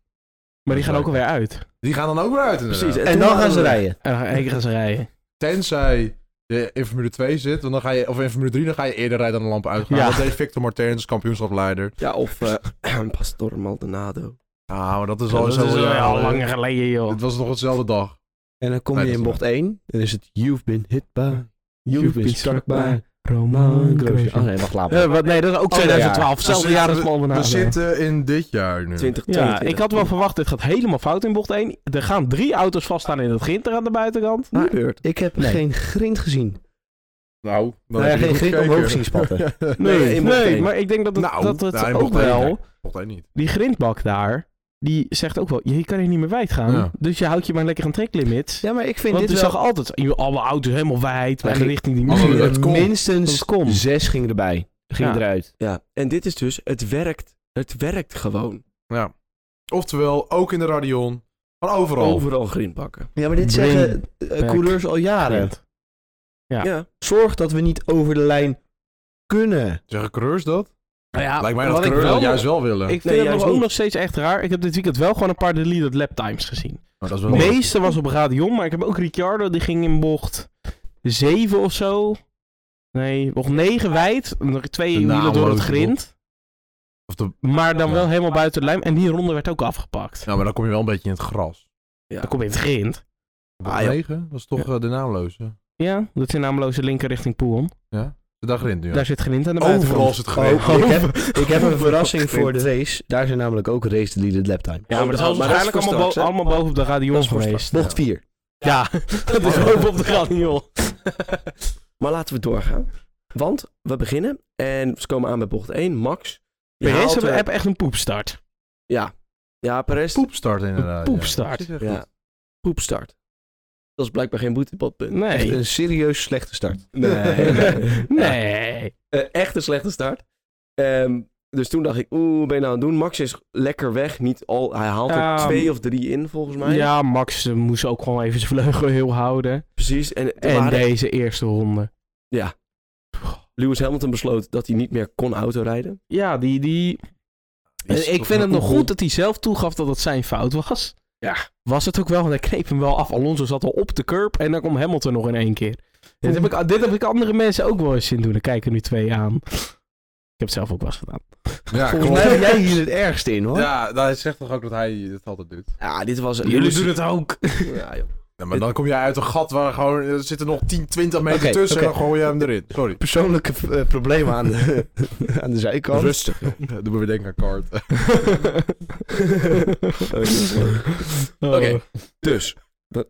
Maar die gaan ook alweer uit.
Die gaan dan ook weer uit inderdaad.
Precies.
En
toen
dan
hadden
gaan ze
we-
rijden.
En dan gaan één keer ze rijden.
Tenzij je in Formule 2 zit, want dan ga je, of in Formule 3, dan ga je eerder rijden dan de lampen uitgaan.
Ja.
Dat deed Victor Martens, kampioenschapleider.
Ja, of eh Pastor Maldonado.
Ah, maar dat is
Ja,
al,
dat is
zo-
al
ja,
heel lang geleden, joh.
Het was nog hetzelfde dag.
En dan kom
Nee,
je
dat
in
is
bocht 1. Dan is het You've been hit by. You've, been struck by.
Roman
Roman Grosjean. Oh nee, wacht, laat maar.
Eh, wat- nee, dat is ook
Ander jaar.
2012. Hetzelfde
Dus
jaar
we-
als Maldonado.
We zitten in dit jaar nu.
20,
Ja,
22.
ik had wel verwacht, dit gaat helemaal fout in bocht 1. Er gaan drie auto's vaststaan in het ginter aan de buitenkant.
Niet beurt.
Ik heb
Nee.
geen grind gezien.
Nou, dan
Nou ja,
heb je
geen
goed
grid
gekeken.
omhoog zien spatten.
Nee,
Nee,
in bocht
nee
één.
maar ik denk dat het,
Nou,
dat het
nou, in
ook
bocht één,
wel...
hè. Mocht hij niet.
Die grindbak daar, die zegt ook wel... Je kan hier niet meer wijd gaan.
Ja.
Dus je houdt je maar lekker aan treklimits.
Ja, maar ik vind
Want
dit
je
wel...
zag altijd in alle auto's helemaal wijd. Maar de
Ja, Dus- die-
richting die
Alle-
muur.
het kon.
minstens
Het kon.
zes gingen erbij. Gingen
Ja.
eruit.
Ja, en dit is dus, het werkt. Het werkt gewoon.
Ja. Oftewel, ook in de Radion. Van overal.
Overal grind pakken.
Ja, maar dit
Bring
zeggen eh,
back
coureurs al jaren.
Ja.
Ja.
Zorg dat we niet over de lijn kunnen.
Zeggen coureurs dat?
Nou ja,
Lijkt mij dat
wat ik
coureurs
wel-
dat juist wel willen.
Ik vind
Nee,
het
juist
nog ook
niet.
nog steeds echt raar. Ik heb dit weekend wel gewoon een paar deleted laptimes gezien.
Maar dat is
De
wel
meeste was op Radion, maar ik heb ook Ricciardo. Die ging in bocht 7 of zo. Nee, bocht 9 wijd. en nog Twee
De
wielen door het
naamloze
grind.
Of de...
Maar dan
Ja.
wel helemaal buiten de lijm. En die ronde werd ook afgepakt.
Nou, maar dan kom je wel een beetje in het gras.
Dan kom je in het grind.
Ah, ja.
9? Dat is toch eh, de naamloze?
Ja, dat is een naamloze linker richting Poelon.
De dag rint nu. ja.
Daar zit grind aan de buitenkant.
Overal is het geweest.
Oh, ik, heb, ik heb een verrassing voor de race. Daar zijn namelijk ook race deleted lap time.
Ja, maar dat
Oh,
was
maar dat is
waarschijnlijk
voor
allemaal, bo-
straks,
allemaal boven op de Radion
voor
geweest.
Bocht 4.
Ja, dat is boven op de Radion.
Maar laten we doorgaan. Want we beginnen en ze komen aan bij bocht 1. Max. die haalt
Perez hebben
er-
hebben echt een poepstart.
Ja. Ja, Perez.
Poepstart inderdaad.
Een poepstart.
Ja.
Ja. Poepstart. Dat is blijkbaar geen boetepotpunt.
Echt
Nee.
een serieus slechte start.
Nee. Ja.
Nee.
Eh, echt een slechte start. Ehm, dus toen dacht ik, oeh, wat ben je nou aan het doen? Max is lekker weg. Niet al, hij haalt er
Ja,
twee of drie in, volgens mij.
Ehm, Ja, Max eh, moest ook gewoon even zijn vleugel heel houden.
Precies. En, er
En
waren-
deze eerste ronde.
Lewis Hamilton besloot dat hij niet meer kon autorijden.
Ja, die... die...
Die is
En ik
toch
vind het
wel
nog
cool.
goed dat hij zelf toegaf dat het zijn fout was.
Ja.
Was het ook wel, want hij kneep hem wel af. Alonso zat al op de curb en dan kwam Hamilton nog in één keer. Dit heb ik, dit heb ik andere mensen ook wel eens zien doen. Dan kijken nu twee aan. Ik heb het zelf ook wel eens gedaan.
Ja,
Volgens
klopt.
mij ben jij hier het ergste in hoor.
Ja, hij zegt toch ook dat hij het altijd doet.
Ja, dit was...
Jullie doen het ook.
Ja, joh.
Ja, maar dan kom je uit een gat waar gewoon, er zitten nog 10, 20 meter
Oké,
tussen en
oké.
dan gooi je hem erin. Sorry.
Persoonlijke eh, problemen aan de, aan de zijkant.
Rustig. joh. Doe me weer denken aan kart.
Oh,
Oké. Dus.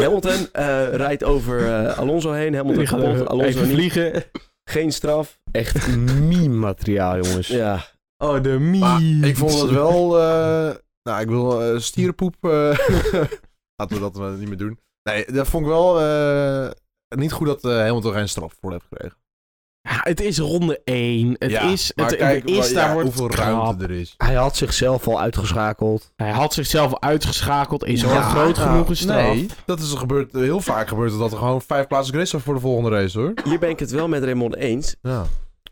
Hamilton eh, rijdt over eh, Alonso heen. Hamilton
Die gaat
kapot.
even,
Alonso
even
niet.
vliegen.
Geen straf.
Echt meme-materiaal jongens.
Ja.
Oh, de
Maar
mie.
ik vond het wel, eh, nou ik wil eh, stierenpoep, eh, laten we dat eh, niet meer doen. Nee, dat vond ik wel eh, niet goed dat helemaal Hamilton geen straf voor heeft gekregen.
Ja, het is ronde 1. Het
Ja,
is,
maar
het,
kijk
er is
wel,
daar
ja,
wordt
hoeveel
het krap.
ruimte er is.
Hij had zichzelf al uitgeschakeld.
Hij had zichzelf uitgeschakeld. Is al
Ja,
groot
nou,
genoeg een straf.
Nee, dat is gebeurd, heel vaak gebeurt het dat er gewoon vijf plaatsen gris zijn voor de volgende race hoor.
Hier ben ik het wel met Raymond eens.
Ja.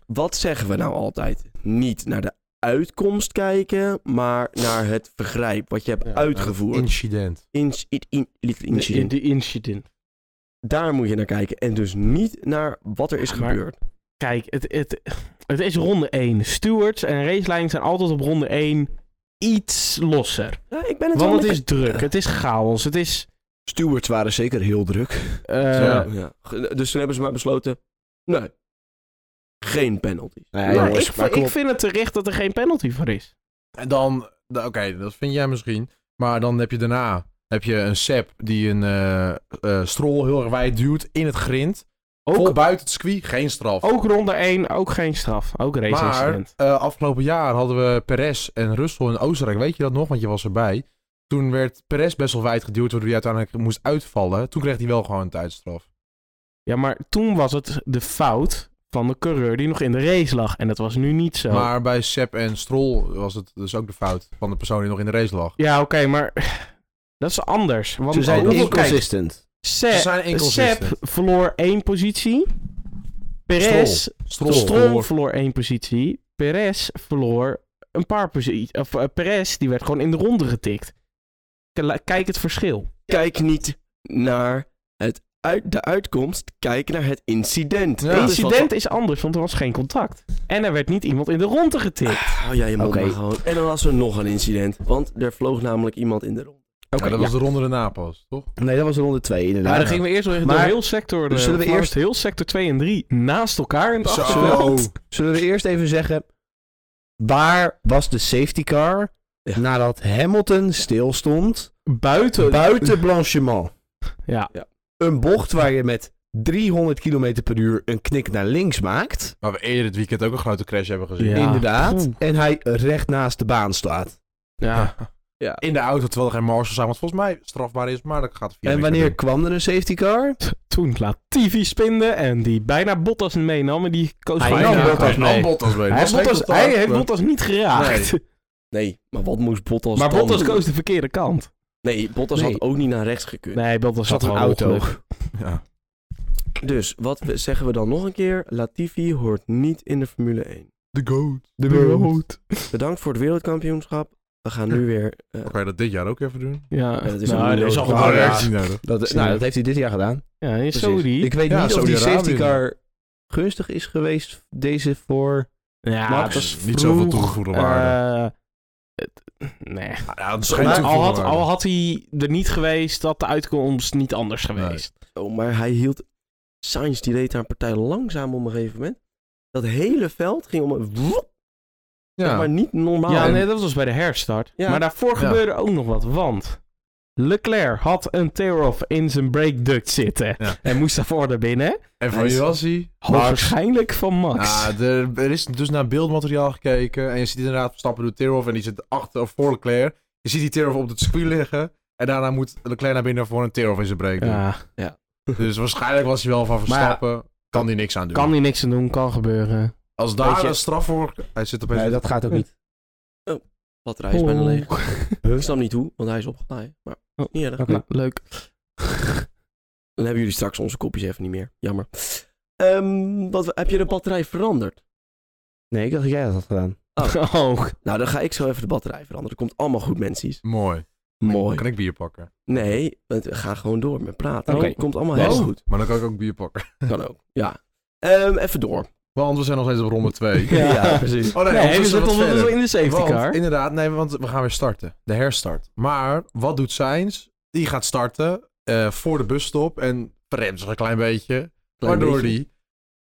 Wat zeggen we nou altijd? Niet naar de uitkomst kijken, maar naar het vergrijp wat je hebt uitgevoerd.
Incident.
Ins- in- in- little
De-
incident.
De incident.
Daar moet je naar kijken en dus niet naar wat er is
Maar-
gebeurd.
Kijk, het, het, het is ronde 1. Stewards en racelijnen zijn altijd op ronde 1 iets losser.
Ja, ik ben het wel
Want het
met-
is druk. Het is chaos. Het is...
Stewards waren zeker heel druk.
eh,
Ja.
Ja. Ge- Dus toen hebben ze maar besloten, nee, geen penalties.
Nou
maar
ja, jongens,
ik,
maar kom
ik
op.
vind het terecht dat er geen penalty voor is.
En dan, da- oké, dat vind jij misschien. Maar dan heb je daarna heb je een Sep die een eh, eh, strol heel erg wijd duwt in het grind. Vol
Ook,
buiten het circuit, geen straf.
ook ronde 1, ook geen straf. Ook race
maar
incident.
eh, afgelopen jaar hadden we Perez en Russell in Oostenrijk. Weet je dat nog? Want je was erbij. Toen werd Perez best wel wijd geduwd, waardoor hij uiteindelijk moest uitvallen. Toen kreeg hij wel gewoon een tijdstraf.
Ja, maar toen was het de fout van de coureur die nog in de race lag. En dat was nu niet zo.
Maar bij Sep en Strol was het dus ook de fout van de persoon die nog in de race lag.
Ja, oké, maar dat is anders. Want
Ze zijn
Oh,
hoeveel- kijk,
inconsistent.
Sep,
Ze zijn inconsistent.
Sep verloor één positie. Perez,
Strol,
Stroll,
verloor.
verloor één positie. Perez verloor een paar posities. Of eh, Perez, die werd gewoon in de ronde getikt. K- Kijk het verschil.
Kijk niet naar het uit, de uitkomst, kijk naar het incident.
Ja.
Dat is wat-
Incident is anders, want er was geen contact. En er werd niet iemand in de ronde getikt.
Ah, Hou jij je mond
Oké.
maar gewoon. En dan was er nog een incident, want er vloog namelijk iemand in de rond.
Ja, dat was de ronde daarna pas, toch?
Nee, dat was ronde 2 inderdaad.
Ja, dan gingen we eerst door,
Maar-
door heel sector.
Dus
eh,
zullen we
langs
eerst-
heel sector 2 en 3 naast elkaar in het
Zo.
achterveld.
Zullen we eerst even zeggen, waar was de safety car
Ja.
nadat Hamilton stilstond
Buiten.
buiten Blanchiment?
Ja.
Een bocht waar je met 300 km per uur een knik naar links maakt.
Waar we eerder dit weekend ook een grote crash hebben gezien.
Ja.
Inderdaad.
Oeh.
En hij recht naast de baan staat.
Ja.
Ja.
In de auto, terwijl er geen marshals zijn, wat volgens mij strafbaar is, maar dat gaat via
en
niks
wanneer
doen.
kwam er een safety car?
Toen Latifi spinde en die bijna Bottas meenam en die koos
Hij
voor
nam
Latifi.
Bottas
Hij nam
Nee.
Bottas mee.
Hij
Dat
heeft
was
Bottas,
echt
hij
totaal-
heeft Bottas niet geraakt.
Nee, maar wat moest Bottas
Maar
dan
Bottas
doen?
koos de verkeerde kant.
Nee, Bottas
Nee.
had ook niet naar rechts gekund.
Nee, Bottas had
Zat een
gewoon
auto.
ongeluk.
Ja.
Dus, wat we- zeggen we dan nog een keer? Latifi hoort niet in de Formule 1.
De goat.
De
Bedankt voor het wereldkampioenschap. We gaan nu weer... eh,
Kan je dat dit jaar ook even doen?
Ja,
Ja, dat is
nou,
een
dat is al
Oh,
Nou,
ja.
gebeurd.
dat is niet nodig.
Dat, nou, dat heeft hij dit jaar gedaan.
Ja, in
Precies.
Saudi.
Ik weet
Ja,
niet of die
Saudi-Arabië.
safety car gunstig is geweest deze voor...
ja,
Max,
dat is
niet zoveel
vroeg.
toegevoegde waarde.
Eh, het- nee.
Ja, dat is
Maar
geen
al, had,
toevoeging.
al had hij er niet geweest, had de uitkomst niet anders geweest.
Oh, maar hij hield... Sainz die reed haar partij langzaam op een gegeven moment. Dat hele veld ging om een... woep, zeg maar
Ja.
niet normaal.
ja,
En-
nee, dat was bij de herstart.
Ja.
Maar daarvoor
Ja.
gebeurde ook nog wat, want Leclerc had een tear-off in zijn brake duct zitten.
Ja.
En moest daarvoor naar binnen.
En van
Hij is-
wie was hij?
Waarschijnlijk van Max.
Ja, er, er is dus naar beeldmateriaal gekeken. En je ziet inderdaad Verstappen doet Teroff en die zit achter of voor Leclerc. Je ziet die Teroff op het circuit liggen. En daarna moet Leclerc naar binnen voor een Teroff in zijn break. doen.
Ja,
Dus waarschijnlijk was hij wel van Verstappen. kan hij niks aan doen.
kan hij niks aan doen, kan gebeuren.
Als
Weet
daar
je-
een straf voor... Hij zit opeens...
Nee, dat gaat ook niet.
Batterij is bijna
Oh.
leeg. Ik snap niet hoe, want hij is opgeladen. Maar
Oh,
niet erg.
Nou, leuk.
Dan hebben jullie straks onze kopjes even niet meer. Jammer. Ehm, wat, heb je de batterij veranderd?
Nee, ik dacht dat jij dat had gedaan.
Oh.
Nou, dan ga ik zo even de batterij veranderen. Dat komt allemaal goed, mensies.
Mooi.
Mooi.
Kan ik bier pakken?
Nee, want we gaan gewoon door met praten.
Oké.
Het komt allemaal heel
Oh.
goed.
Maar dan kan ik ook bier pakken.
Kan ook. Ja. Ehm, even door.
Want we zijn nog steeds op ronde 2.
Ja, precies.
Oh
Nee, Nou, we
ondertussen
zitten
wat verder.
ondertussen in de safety
Want,
car.
Inderdaad, nee, want we gaan weer starten. De herstart. Maar wat doet Sainz? Die gaat starten eh, voor de busstop en remt zich een klein beetje. waardoor
beetje.
die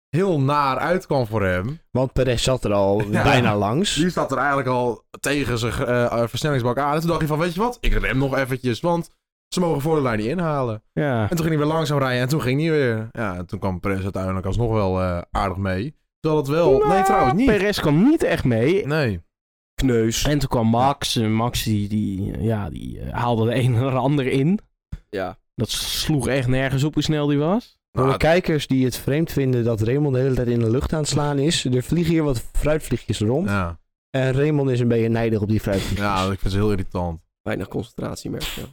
heel naar uitkwam voor hem.
Want Perez zat er al
Ja.
bijna langs.
Die staat er eigenlijk al tegen zijn eh, eh, versnellingsbak aan. En toen dacht hij van, weet je wat? Ik rem nog eventjes, want ze mogen voor de lijn niet inhalen.
Ja.
En toen ging hij weer langzaam rijden en toen ging hij weer. Ja, en toen kwam Perez uiteindelijk alsnog wel eh, aardig mee. Terwijl het wel... Oh, nee, trouwens niet.
Perez kwam niet echt mee.
Nee.
Kneus.
En toen kwam Max. En Max die, die, ja, die eh, haalde de een en de ander in.
Ja.
Dat sloeg echt nergens op hoe snel die was.
Voor de
Nou,
kijkers die het vreemd vinden dat Raymond de hele tijd in de lucht aan het slaan is. Er vliegen hier wat fruitvliegjes rond.
ja.
En Raymond is een beetje nijdig op die fruitvliegjes.
ja, ik vind ze heel irritant.
Weinig concentratie, merk je. wel.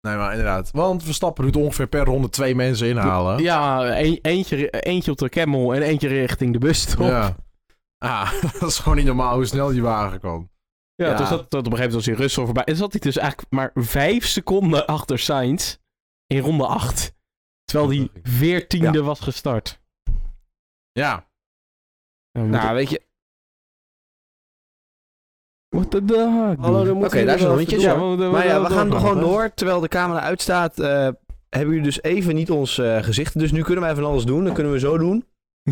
Nee, maar inderdaad. Want Verstappen doet ongeveer per ronde twee mensen inhalen.
Ja, een- eentje, eentje op de camel en eentje richting de bus. toch? Ja,
Ja. Ah, dat is gewoon niet normaal hoe snel die wagen kwam. Ja.
Dus dat, dat op een gegeven moment was hij Russell voorbij. En zat hij dus eigenlijk maar vijf seconden achter Sainz in ronde acht. Terwijl die veertiende was gestart.
Ja.
Ja, we
Nou,
moeten-
weet je.
What the dog?
Hallo, dan
dude.
moeten
Oké, daar
jullie
zijn
wel
de
even
hondjes.
door.
Ja, we, we-
Maar ja, we gaan er
doorgaan,
gewoon
hè?
door. Terwijl de camera uitstaat, eh, hebben jullie dus even niet ons eh, gezicht. Dus nu kunnen wij van alles doen. Dan kunnen we zo doen.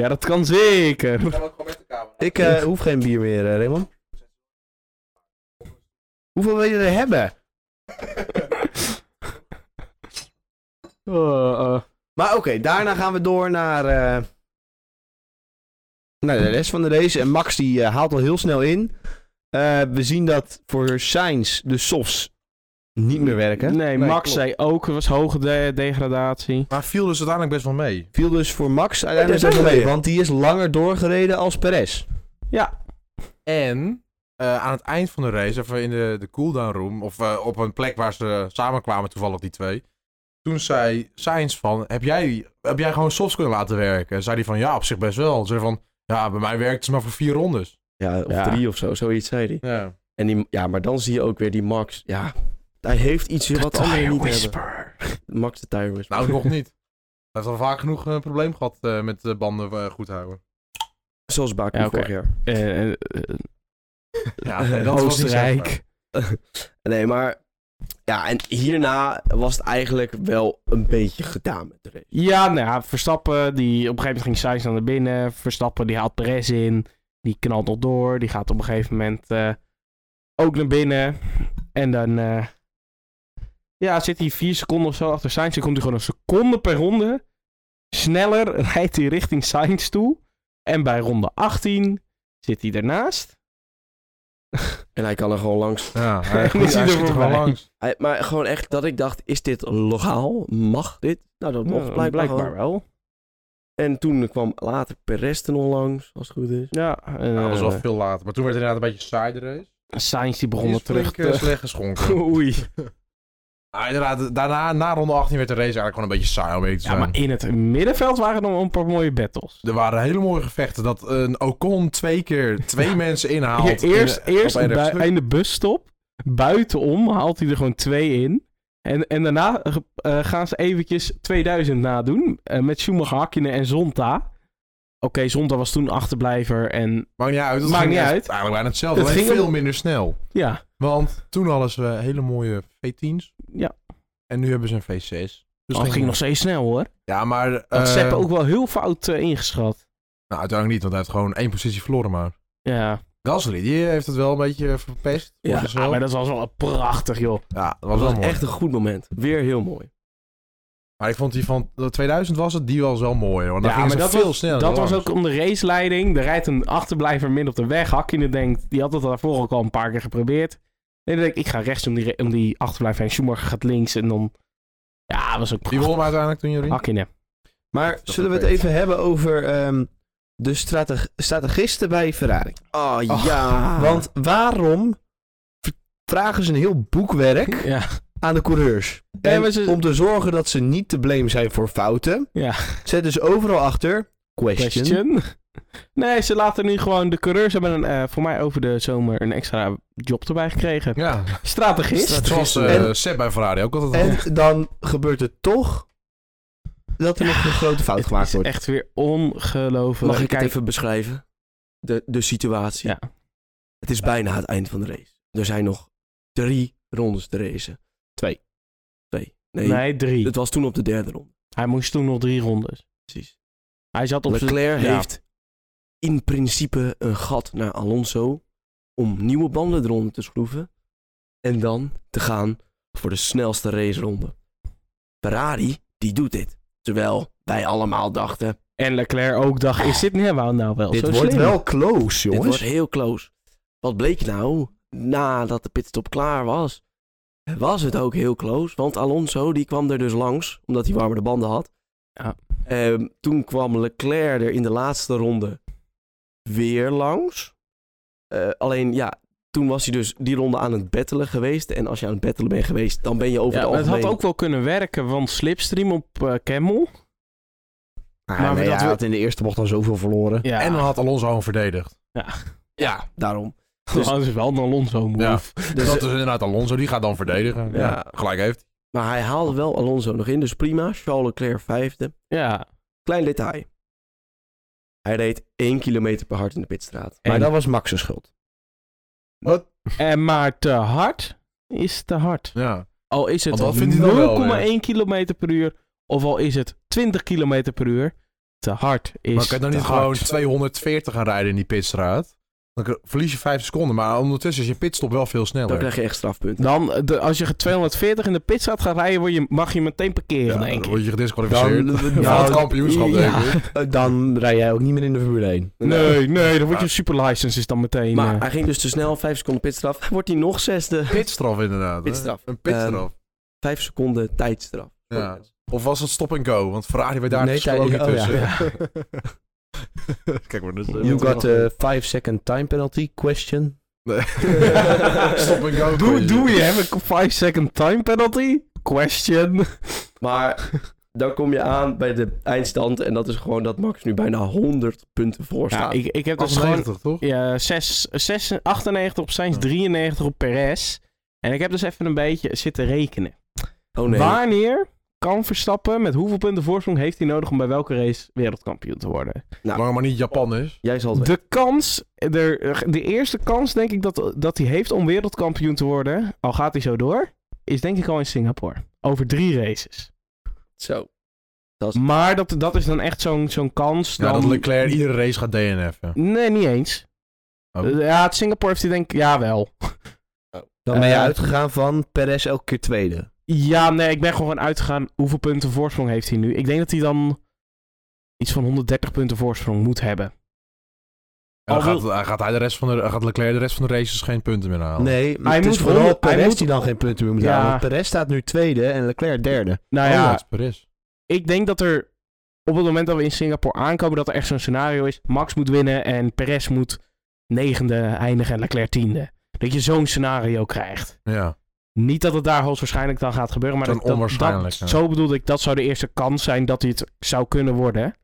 ja, dat kan zeker.
Ik eh, hoef geen bier meer, eh, Raymond. Hoeveel wil je er hebben?
Oh,
Maar oké, daarna gaan we door naar, eh, naar de rest van de race. En Max die eh, haalt al heel snel in. Eh, we zien dat voor Sainz de softs niet meer werken.
Nee,
Nee,
Max
klopt.
zei ook, er was hoge de- degradatie.
Maar viel dus uiteindelijk best wel mee.
Viel dus voor Max
daar
uiteindelijk
zijn
wel
we
mee.
weer.
Want die is langer doorgereden als Perez.
Ja,
En eh, aan het eind van de race, even in de, de cooldown room, of eh, op een plek waar ze samenkwamen, toevallig die twee. Toen zei Sainz van, heb jij, heb jij gewoon softs kunnen laten werken? En zei hij van, ja, op zich best wel. Zei hij van, ja, bij mij werkt ze maar voor vier rondes.
Ja, of
Ja.
drie of zo. Zoiets zei hij.
Ja.
En die, ja, maar dan zie je ook weer die Max. Ja, hij heeft iets weer wat anderen niet hebben. Max de Tire Whisperer.
Nou, nog niet. Hij heeft al vaak genoeg eh, probleem gehad eh, met de banden eh, goed houden.
Zoals Baku
Ja, oké.
vorig jaar.
Eh, eh,
Ja,
Eh,
nee, dat was niet zichtbaar.
Oostenrijk.
Nee, maar... Ja, en hierna was het eigenlijk wel een beetje gedaan met de race.
Ja, nou ja, Verstappen, die, op een gegeven moment ging Sainz naar binnen. Verstappen, die haalt Perez in. Die knalt nog door. Die gaat op een gegeven moment eh, ook naar binnen. En dan eh, Ja, zit hij vier seconden of zo achter Sainz. Dan komt hij gewoon een seconde per ronde. Sneller rijdt hij richting Sainz toe. En bij ronde 18 zit hij ernaast.
En hij kan er gewoon langs.
Ja, hij,
Dan is hij
hij
er
schiet er wel
voorbij.
langs.
Hij- maar gewoon echt dat ik dacht, is dit legaal? Mag dit? Nou, dat mocht
Ja,
blijkbaar,
blijkbaar
gewoon.
wel.
En toen kwam later Perez er nog langs, als het goed is.
Ja, en,
Ja, dat was wel
eh,
veel later. Maar toen werd het inderdaad een beetje saai de race.
Sainz die begon
Die
er
is
terug
flink, eh,
te...
slecht geschonken.
Oei.
Ah, inderdaad, daarna, na ronde 18 werd de race eigenlijk gewoon een beetje saai om eerlijk te
Ja,
zijn.
maar in het middenveld waren er nog een paar mooie battles.
Er waren hele mooie gevechten dat een Ocon twee keer twee mensen inhaalt.
Eerst, eerst,
in- op één
bij,
rechtstuk.
in de busstop, buitenom, haalt hij er gewoon twee in. En, en daarna eh, eh, gaan ze eventjes 2000 nadoen. eh, met Schumacher, Hakkinen en Zonta. Oké, Zonta was toen achterblijver. En
Maakt niet uit. Het
Maakt
ging
niet
echt
uit.
Eigenlijk bijna hetzelfde.
Het
Het
ging
veel
om-
minder snel.
ja,
Want toen hadden ze hele mooie V10's.
Ja.
En nu hebben ze een V6. Dus
dat ging nog steeds snel hoor.
Ja, maar...
Dat
eh,
Sepp ook wel heel fout eh, ingeschat.
Nou, uiteindelijk niet, want hij heeft gewoon één positie verloren maar.
Ja. Ah,
Gasly, die heeft het wel een beetje eh, verpest. voor
Ja,
zichzelf.
maar dat was wel prachtig joh.
Ja, dat
Dat
was wel
was
mooi.
echt een goed moment. Weer heel mooi.
Maar ik vond die van 2000 was het, die was wel mooi. hoor. Want daar
ja,
gingen
maar
ze
dat
veel
was,
sneller
dat was
langs.
ook om de raceleiding. Er rijdt een achterblijver midden op de weg. Hakkinen denkt, die had het daarvoor ook al een paar keer geprobeerd. En dan denk ik, ik ga rechts om die, re- om die achterblijver heen. Schumacher gaat links en dan... Ja, dat was ook
Die won
prachtig.
hem uiteindelijk toen, Jorien?
Hakkinen.
Maar
Dat
zullen we het
weet.
even hebben over ehm, de strateg- strategisten bij Ferrari?
Oh, ja. Want
Want waarom v- vragen ze een heel boekwerk
Ja,
aan de coureurs?
Nee,
En
maar ze-
Om te zorgen dat ze niet te blame zijn voor fouten,
Ja.
zetten ze overal achter question.
question. Nee, ze laten nu gewoon... De coureurs hebben een, eh, voor mij over de zomer een extra job erbij gekregen.
Ja,
Strategist.
zoals eh
En-
Sepp bij Ferrari ook altijd al.
En dan gebeurt het toch dat er nog een grote fout
Het
gemaakt
is
wordt.
echt weer ongelooflijk.
mag ik het
Kijk,
even beschrijven? De, de situatie.
Ja.
Het is bijna het eind van de race. Er zijn nog drie rondes te racen.
Twee.
Twee. Nee,
Nee, drie.
het was toen op de derde ronde.
Hij moest toen nog drie rondes.
Precies.
Hij zat op zijn...
Leclerc
ja.
heeft in principe een gat naar Alonso om nieuwe banden eronder te schroeven en dan te gaan voor de snelste raceronde. Ferrari, die doet dit. Terwijl wij allemaal dachten,
En Leclerc ook dacht, is dit nou, nou wel
Dit
zo
wordt
slim?
wel close,
dit
jongens.
wordt heel close. Wat bleek nou? Nadat de pitstop klaar was, was het ook heel close. Want Alonso, die kwam er dus langs, omdat hij warmere banden had.
Ja.
Ehm, toen kwam Leclerc er in de laatste ronde weer langs. Eh, alleen ja, toen was hij dus die ronde aan het battelen geweest. En als je aan het battelen bent geweest, dan ben je over
Ja,
de
maar het
algemeen...
had ook wel kunnen werken, want slipstream op eh Camel.
Ah,
Maar
nee,
dat
hij
we-
had in de eerste bocht al zoveel verloren.
Ja,
En dan had Alonso gewoon verdedigd.
Ja, daarom.
dus, dat is wel een Alonso move.
Ja.
Dus,
dat is inderdaad Alonso, die gaat dan verdedigen. Ja.
Ja.
Gelijk heeft.
Maar hij haalde wel Alonso nog in, dus prima. Charles Leclerc vijfde.
Ja.
Klein detail. Hij reed 1 kilometer per hard in de pitstraat.
Maar
En-
dat was Max' zijn schuld.
En maar te hard is te hard.
Ja.
Al is het
Want dat vindt hij dan wel eh.
0,1 km per uur, of al is het 20 km per uur, te hard is
Maar kan je dan
te
niet
hard.
gewoon 240 gaan rijden in die pitstraat? Dan k- verlies je 5 seconden, maar ondertussen is je pitstop wel veel
Dan
sneller.
krijg je echt strafpunten.
Dan, eh, de- als je 240 in de pitstraat gaat rijden, word je, mag je meteen parkeren,
Ja,
denk
dan
ik.
word je gedisqualificeerd.
Dan-
Van het
nou,
kampioenschap,
ja.
denk ik.
eh, dan rij jij ook niet meer in de Formule 1.
Nee, nee, dan word je super license is dan meteen.
Maar
eh,
hij ging dus te snel, 5 seconden pitstraf. Wordt hij nog zesde?
Pitstraf inderdaad. hè?
Pitstraf.
Een pitstraf.
5 seconden tijdstraf.
Ja. Of was het stop and go? Want Ferrari werd daar
Nee,
nee, ook
tijdens-
niet
oh, ja.
tussen. Kijk maar, dus... eh,
You
wat-
got a 5 second time penalty question.
Nee. Stop and go.
Doe,
quiz.
doe je, have a 5 second time penalty? Question.
Maar dan kom je aan bij de eindstand. En dat is gewoon dat Max nu bijna 100 punten voor
Ja,
staat.
ik, ik heb dus gewoon
98, toch?
ja, 6, 6, 98 op Sainz,
Ja.
93 op Perez. En ik heb dus even een beetje zitten rekenen.
oh nee.
Wanneer kan Verstappen, met hoeveel punten voorsprong heeft hij nodig om bij welke race wereldkampioen te worden?
Zolang maar niet Japan is.
Jij zal het weten.
De kans, de, de eerste kans denk ik dat, dat hij heeft om wereldkampioen te worden, al gaat hij zo door, is denk ik al in Singapore. Over drie races.
Zo.
Maar dat, dat is dan echt zo'n zo'n kans.
Ja,
dan...
dat Leclerc iedere race gaat DNF'en.
Nee, niet eens.
Oh.
Ja, Eh, het Singapore heeft hij denk ik, ja wel.
Dan ben je
Eh,
uitgegaan van Perez elke keer tweede.
Ja, nee, ik ben gewoon uitgegaan hoeveel punten voorsprong heeft hij nu. Ik denk dat hij dan iets van 130 punten voorsprong moet hebben.
En dan
Al wil-
gaat, dan gaat, hij de rest van de, gaat Leclerc de rest van de races geen punten meer halen.
Nee, maar
Hij
het is
moet
vooral
honderd- hij
Perez
moet-
die dan geen punten meer moet
Ja.
halen. Want Perez staat nu tweede en Leclerc derde.
Nou
Oh,
ja,
het is Perez.
ik denk dat er op het moment dat we in Singapore aankomen, dat er echt zo'n scenario is. Max moet winnen en Perez moet negende eindigen en Leclerc tiende. Dat je zo'n scenario krijgt.
Ja.
Niet dat het daar hoogstwaarschijnlijk dan gaat gebeuren, maar
Dan
dat, dat-
onwaarschijnlijk,
dat-
ja.
zo bedoelde ik, dat zou de eerste kans zijn dat dit zou kunnen worden.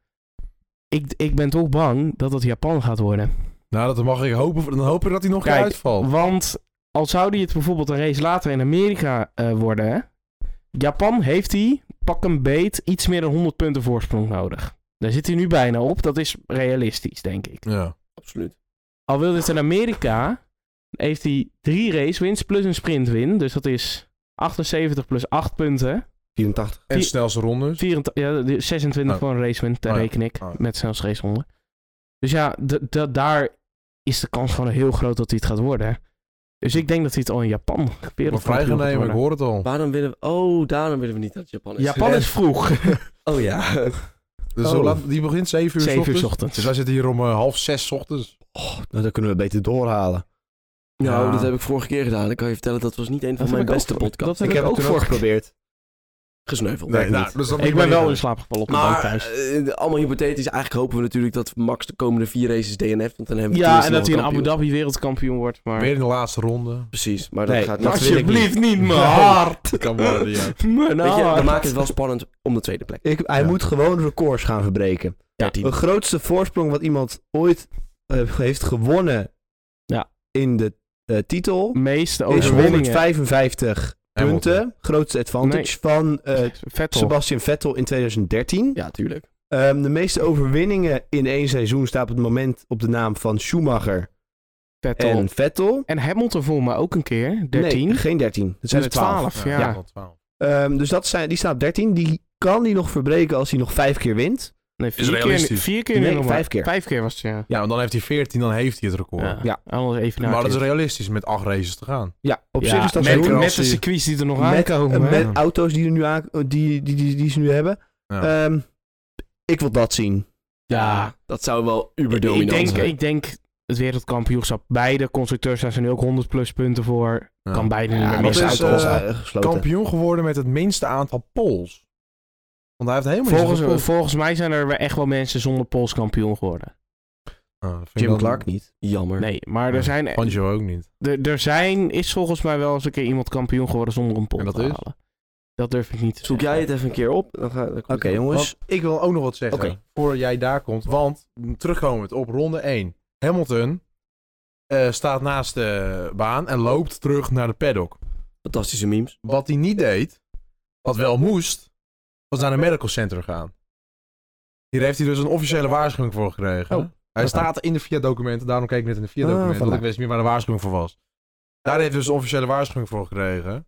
Ik, ik ben toch bang dat het Japan gaat worden.
Nou, dat mag ik hopen. Dan hopen we dat hij nog een keer
Kijk,
uitvalt.
Want al zou die het bijvoorbeeld een race later in Amerika eh, worden, hè? Japan heeft hij, pak een beet, iets meer dan 100 punten voorsprong nodig. Daar zit hij nu bijna op, dat is realistisch, denk ik.
Ja.
Absoluut.
Al wil dit in Amerika, heeft hij drie race wins plus een sprint win. Dus dat is 78 plus 8 punten.
84.
En snelste rondes.
24, ja, de- 26
Oh.
voor een race win, daar
Oh ja.
reken ik.
Oh ja.
Met zelfs race onder. Dus ja, d- d- daar is de kans gewoon heel groot dat hij het gaat worden. Dus ik denk dat hij het al in Japan
Maar
wereldkampioen gaat
vrijgenomen, ik
worden.
hoor het al.
Waarom willen we... Oh, daarom willen we niet dat het Japan is.
Japan is vroeg.
Oh ja.
Dus zo
Oh.
laat- die begint 7 uur
7 uur
ochtends.
s ochtends.
Dus wij zitten hier om eh, half 6 ochtends.
Nou, dat kunnen we beter doorhalen.
Nou,
Ja.
dat heb ik vorige keer gedaan. Ik kan je vertellen, dat was niet een van
heb
mijn
ik ook
beste
voor-
podcasts.
dat heb ik ook
toen
voor-
geprobeerd.
Gesneuveld.
Nee,
werkt
nou,
niet.
dus dat moet
Ik ben wel
niet
in slaap gevallen op de bank
Maar
thuis.
eh, allemaal hypothetisch. Eigenlijk hopen we natuurlijk dat Max de komende vier races DNF. Want dan hebben we
Ja,
tenminste
en
nog
dat hij
een
in Abu
kampioen.
Dhabi wereldkampioen wordt.
doen.
Maar
Weer in de laatste ronde.
Precies, maar dat
Nee,
gaat
dat
niet.
wil ik
alsjeblieft niet,
Nee.
mijn hart.
Kan worden, ja.
Mijn
Weet je,
hart.
dan maakt het wel spannend om de tweede plek.
Ik, hij
Ja.
moet gewoon records gaan verbreken. De
13.
grootste voorsprong wat iemand ooit eh, heeft gewonnen
Ja.
in de eh, titel
meeste
is
overwinningen.
155
Hamilton.
punten. Grootste advantage van eh,
Vettel.
Sebastian Vettel in 2013.
Ja, tuurlijk.
Ehm, de meeste overwinningen in één seizoen staat op het moment op de naam van Schumacher
Vettel. En,
en Vettel.
Hamilton voor me ook een keer. 13.
Nee, geen 13. Dat zijn er
Dus
12.
12, ja.
Ja, wel 12.
Ehm, dus dat zijn, die staat op 13. Die kan die nog verbreken als hij nog vijf keer wint.
Nee, vier keer,
realistisch.
vier keer
Nee,
nog maar.
vijf keer.
Vijf keer was het, ja.
Ja, want dan heeft hij 14, dan heeft hij het record.
Ja,
Ja.
Anders even naar
Maar dat is realistisch met 8 races te gaan.
Ja, op zich is dat
met,
heel-
zeker
met
als
de
je-
circuits die er nog
met-
aankomen.
eh,
hè?
met auto's die, er nu aan, die, die, die, die ze nu hebben.
Ja.
Ehm, ik wil dat zien.
ja,
Dat zou wel
ik
uberdominant
denk,
zijn.
ik denk het wereldkampioenschap. Beide constructeurs daar zijn nu ook 100 plus punten voor.
Ja.
Kan beide niet meer
dat
meeste
missen.
is,
auto's
eh,
zijn gesloten.
Kampioen geworden met het minste aantal polls. Want hij heeft helemaal niet zoveel
volgens,
polls.
volgens mij zijn er echt wel mensen zonder Pools kampioen geworden.
Ah, vind ik
Jim
dan-
Clark niet.
Jammer.
Nee, maar
Ja,
er zijn...
Fangio ook niet.
Er, er zijn... Is volgens mij wel eens een keer iemand kampioen geworden zonder een Pool
En
te
dat is?
halen. Dat durf ik niet te
Zoek
zeggen.
jij het even een keer op. dan ga- dan komt
Oké
het wel.
jongens.
Want ik wil ook nog wat zeggen.
Oké.
Voor jij daar komt. Want terugkomend op ronde 1. Hamilton eh, staat naast de baan en loopt terug naar de paddock.
Fantastische memes.
Wat hij niet deed, wat wel moest, was naar een medical center gaan. Hier heeft hij dus een officiële waarschuwing voor gekregen.
Oh,
hij
oké.
staat in de FIA-documenten, daarom keek ik net in de
Ah,
FIA-documenten, want
vandaar.
ik wist niet meer waar de waarschuwing voor was. Daar heeft hij dus een officiële waarschuwing voor gekregen.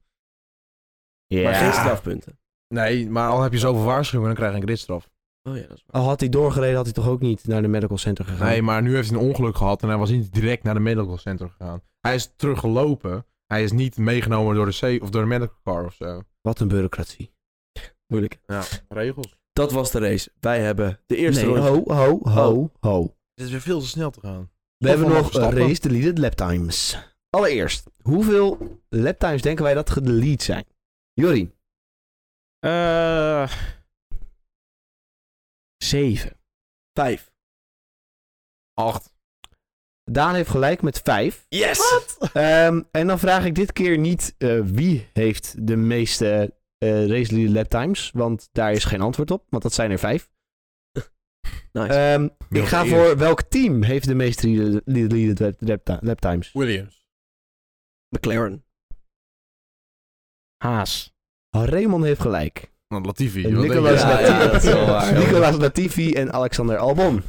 Maar
Ja.
geen strafpunten.
Nee, maar al heb je zoveel waarschuwingen, dan krijg je een gridstraf.
Oh ja, dat is waar.
Al had hij doorgereden, had hij toch ook niet naar de medical center gegaan.
Nee, maar nu heeft hij een ongeluk gehad en hij was niet direct naar de medical center gegaan. Hij is teruggelopen. Hij is niet meegenomen door de, C of door de medical car of zo.
Wat een bureaucratie.
Moeilijk.
Ja, regels.
Dat was de race. Wij hebben de eerste
nee,
ronde.
ho, ho, ho, ho.
Het is weer veel te snel te gaan.
We hebben nog een
Verstappen.
race deleted laptimes. Allereerst, hoeveel laptimes denken wij dat gedelete zijn? Jorien,
Eh, zeven.
Vijf.
Acht.
Daan heeft gelijk met vijf.
Yes!
Ehm, en dan vraag ik dit keer niet eh, wie heeft de meeste eh race deleted laptimes, want daar is geen antwoord op, want dat zijn er vijf.
Nice.
Ehm, ik
Welke
ga
eerst?
voor welk team heeft de meeste deleted- deleted lap- lapti- laptimes?
Williams.
McLaren.
Haas.
Raymond heeft gelijk.
Nou, Latifi. wat denk
Nicolas
je?
Ja, ja, dat is
Latifi,
wel waar.
Nicolas Latifi en Alexander Albon.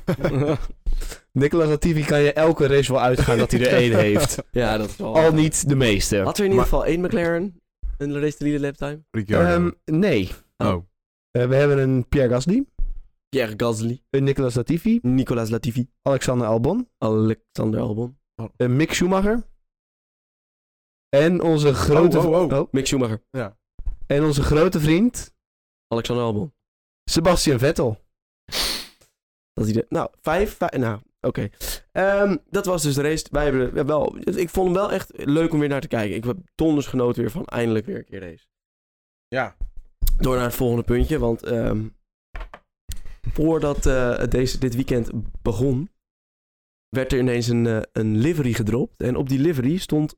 Nicolas Latifi kan je elke race wel uitgaan dat hij er één heeft.
Ja, dat is wel...
Al niet de meeste.
Had er in ieder geval één McLaren? Een race leader laptime?
Ricciardo.
Ehm, nee.
oh.
Eh, we hebben een Pierre Gasly,
Pierre Gasly.
een Nicolas Latifi,
Nicolas Latifi.
Alexander Albon,
Alexander Albon.
een Mick Schumacher. En onze grote...
oh, oh.
Mick Schumacher.
En onze grote vriend,
Alexander Albon.
Sebastian Vettel.
Dat hij de, nou, vijf, vijf- nou, oké. Ehm, dat was dus de race. Wij hebben ja, wel, dus ik vond hem wel echt leuk om weer naar te kijken. Ik heb donders genoten weer van eindelijk weer een keer race.
Ja.
Door naar het volgende puntje, want ehm, voordat eh, het deze, dit weekend begon, werd er ineens een, eh, een livery gedropt. En op die livery stond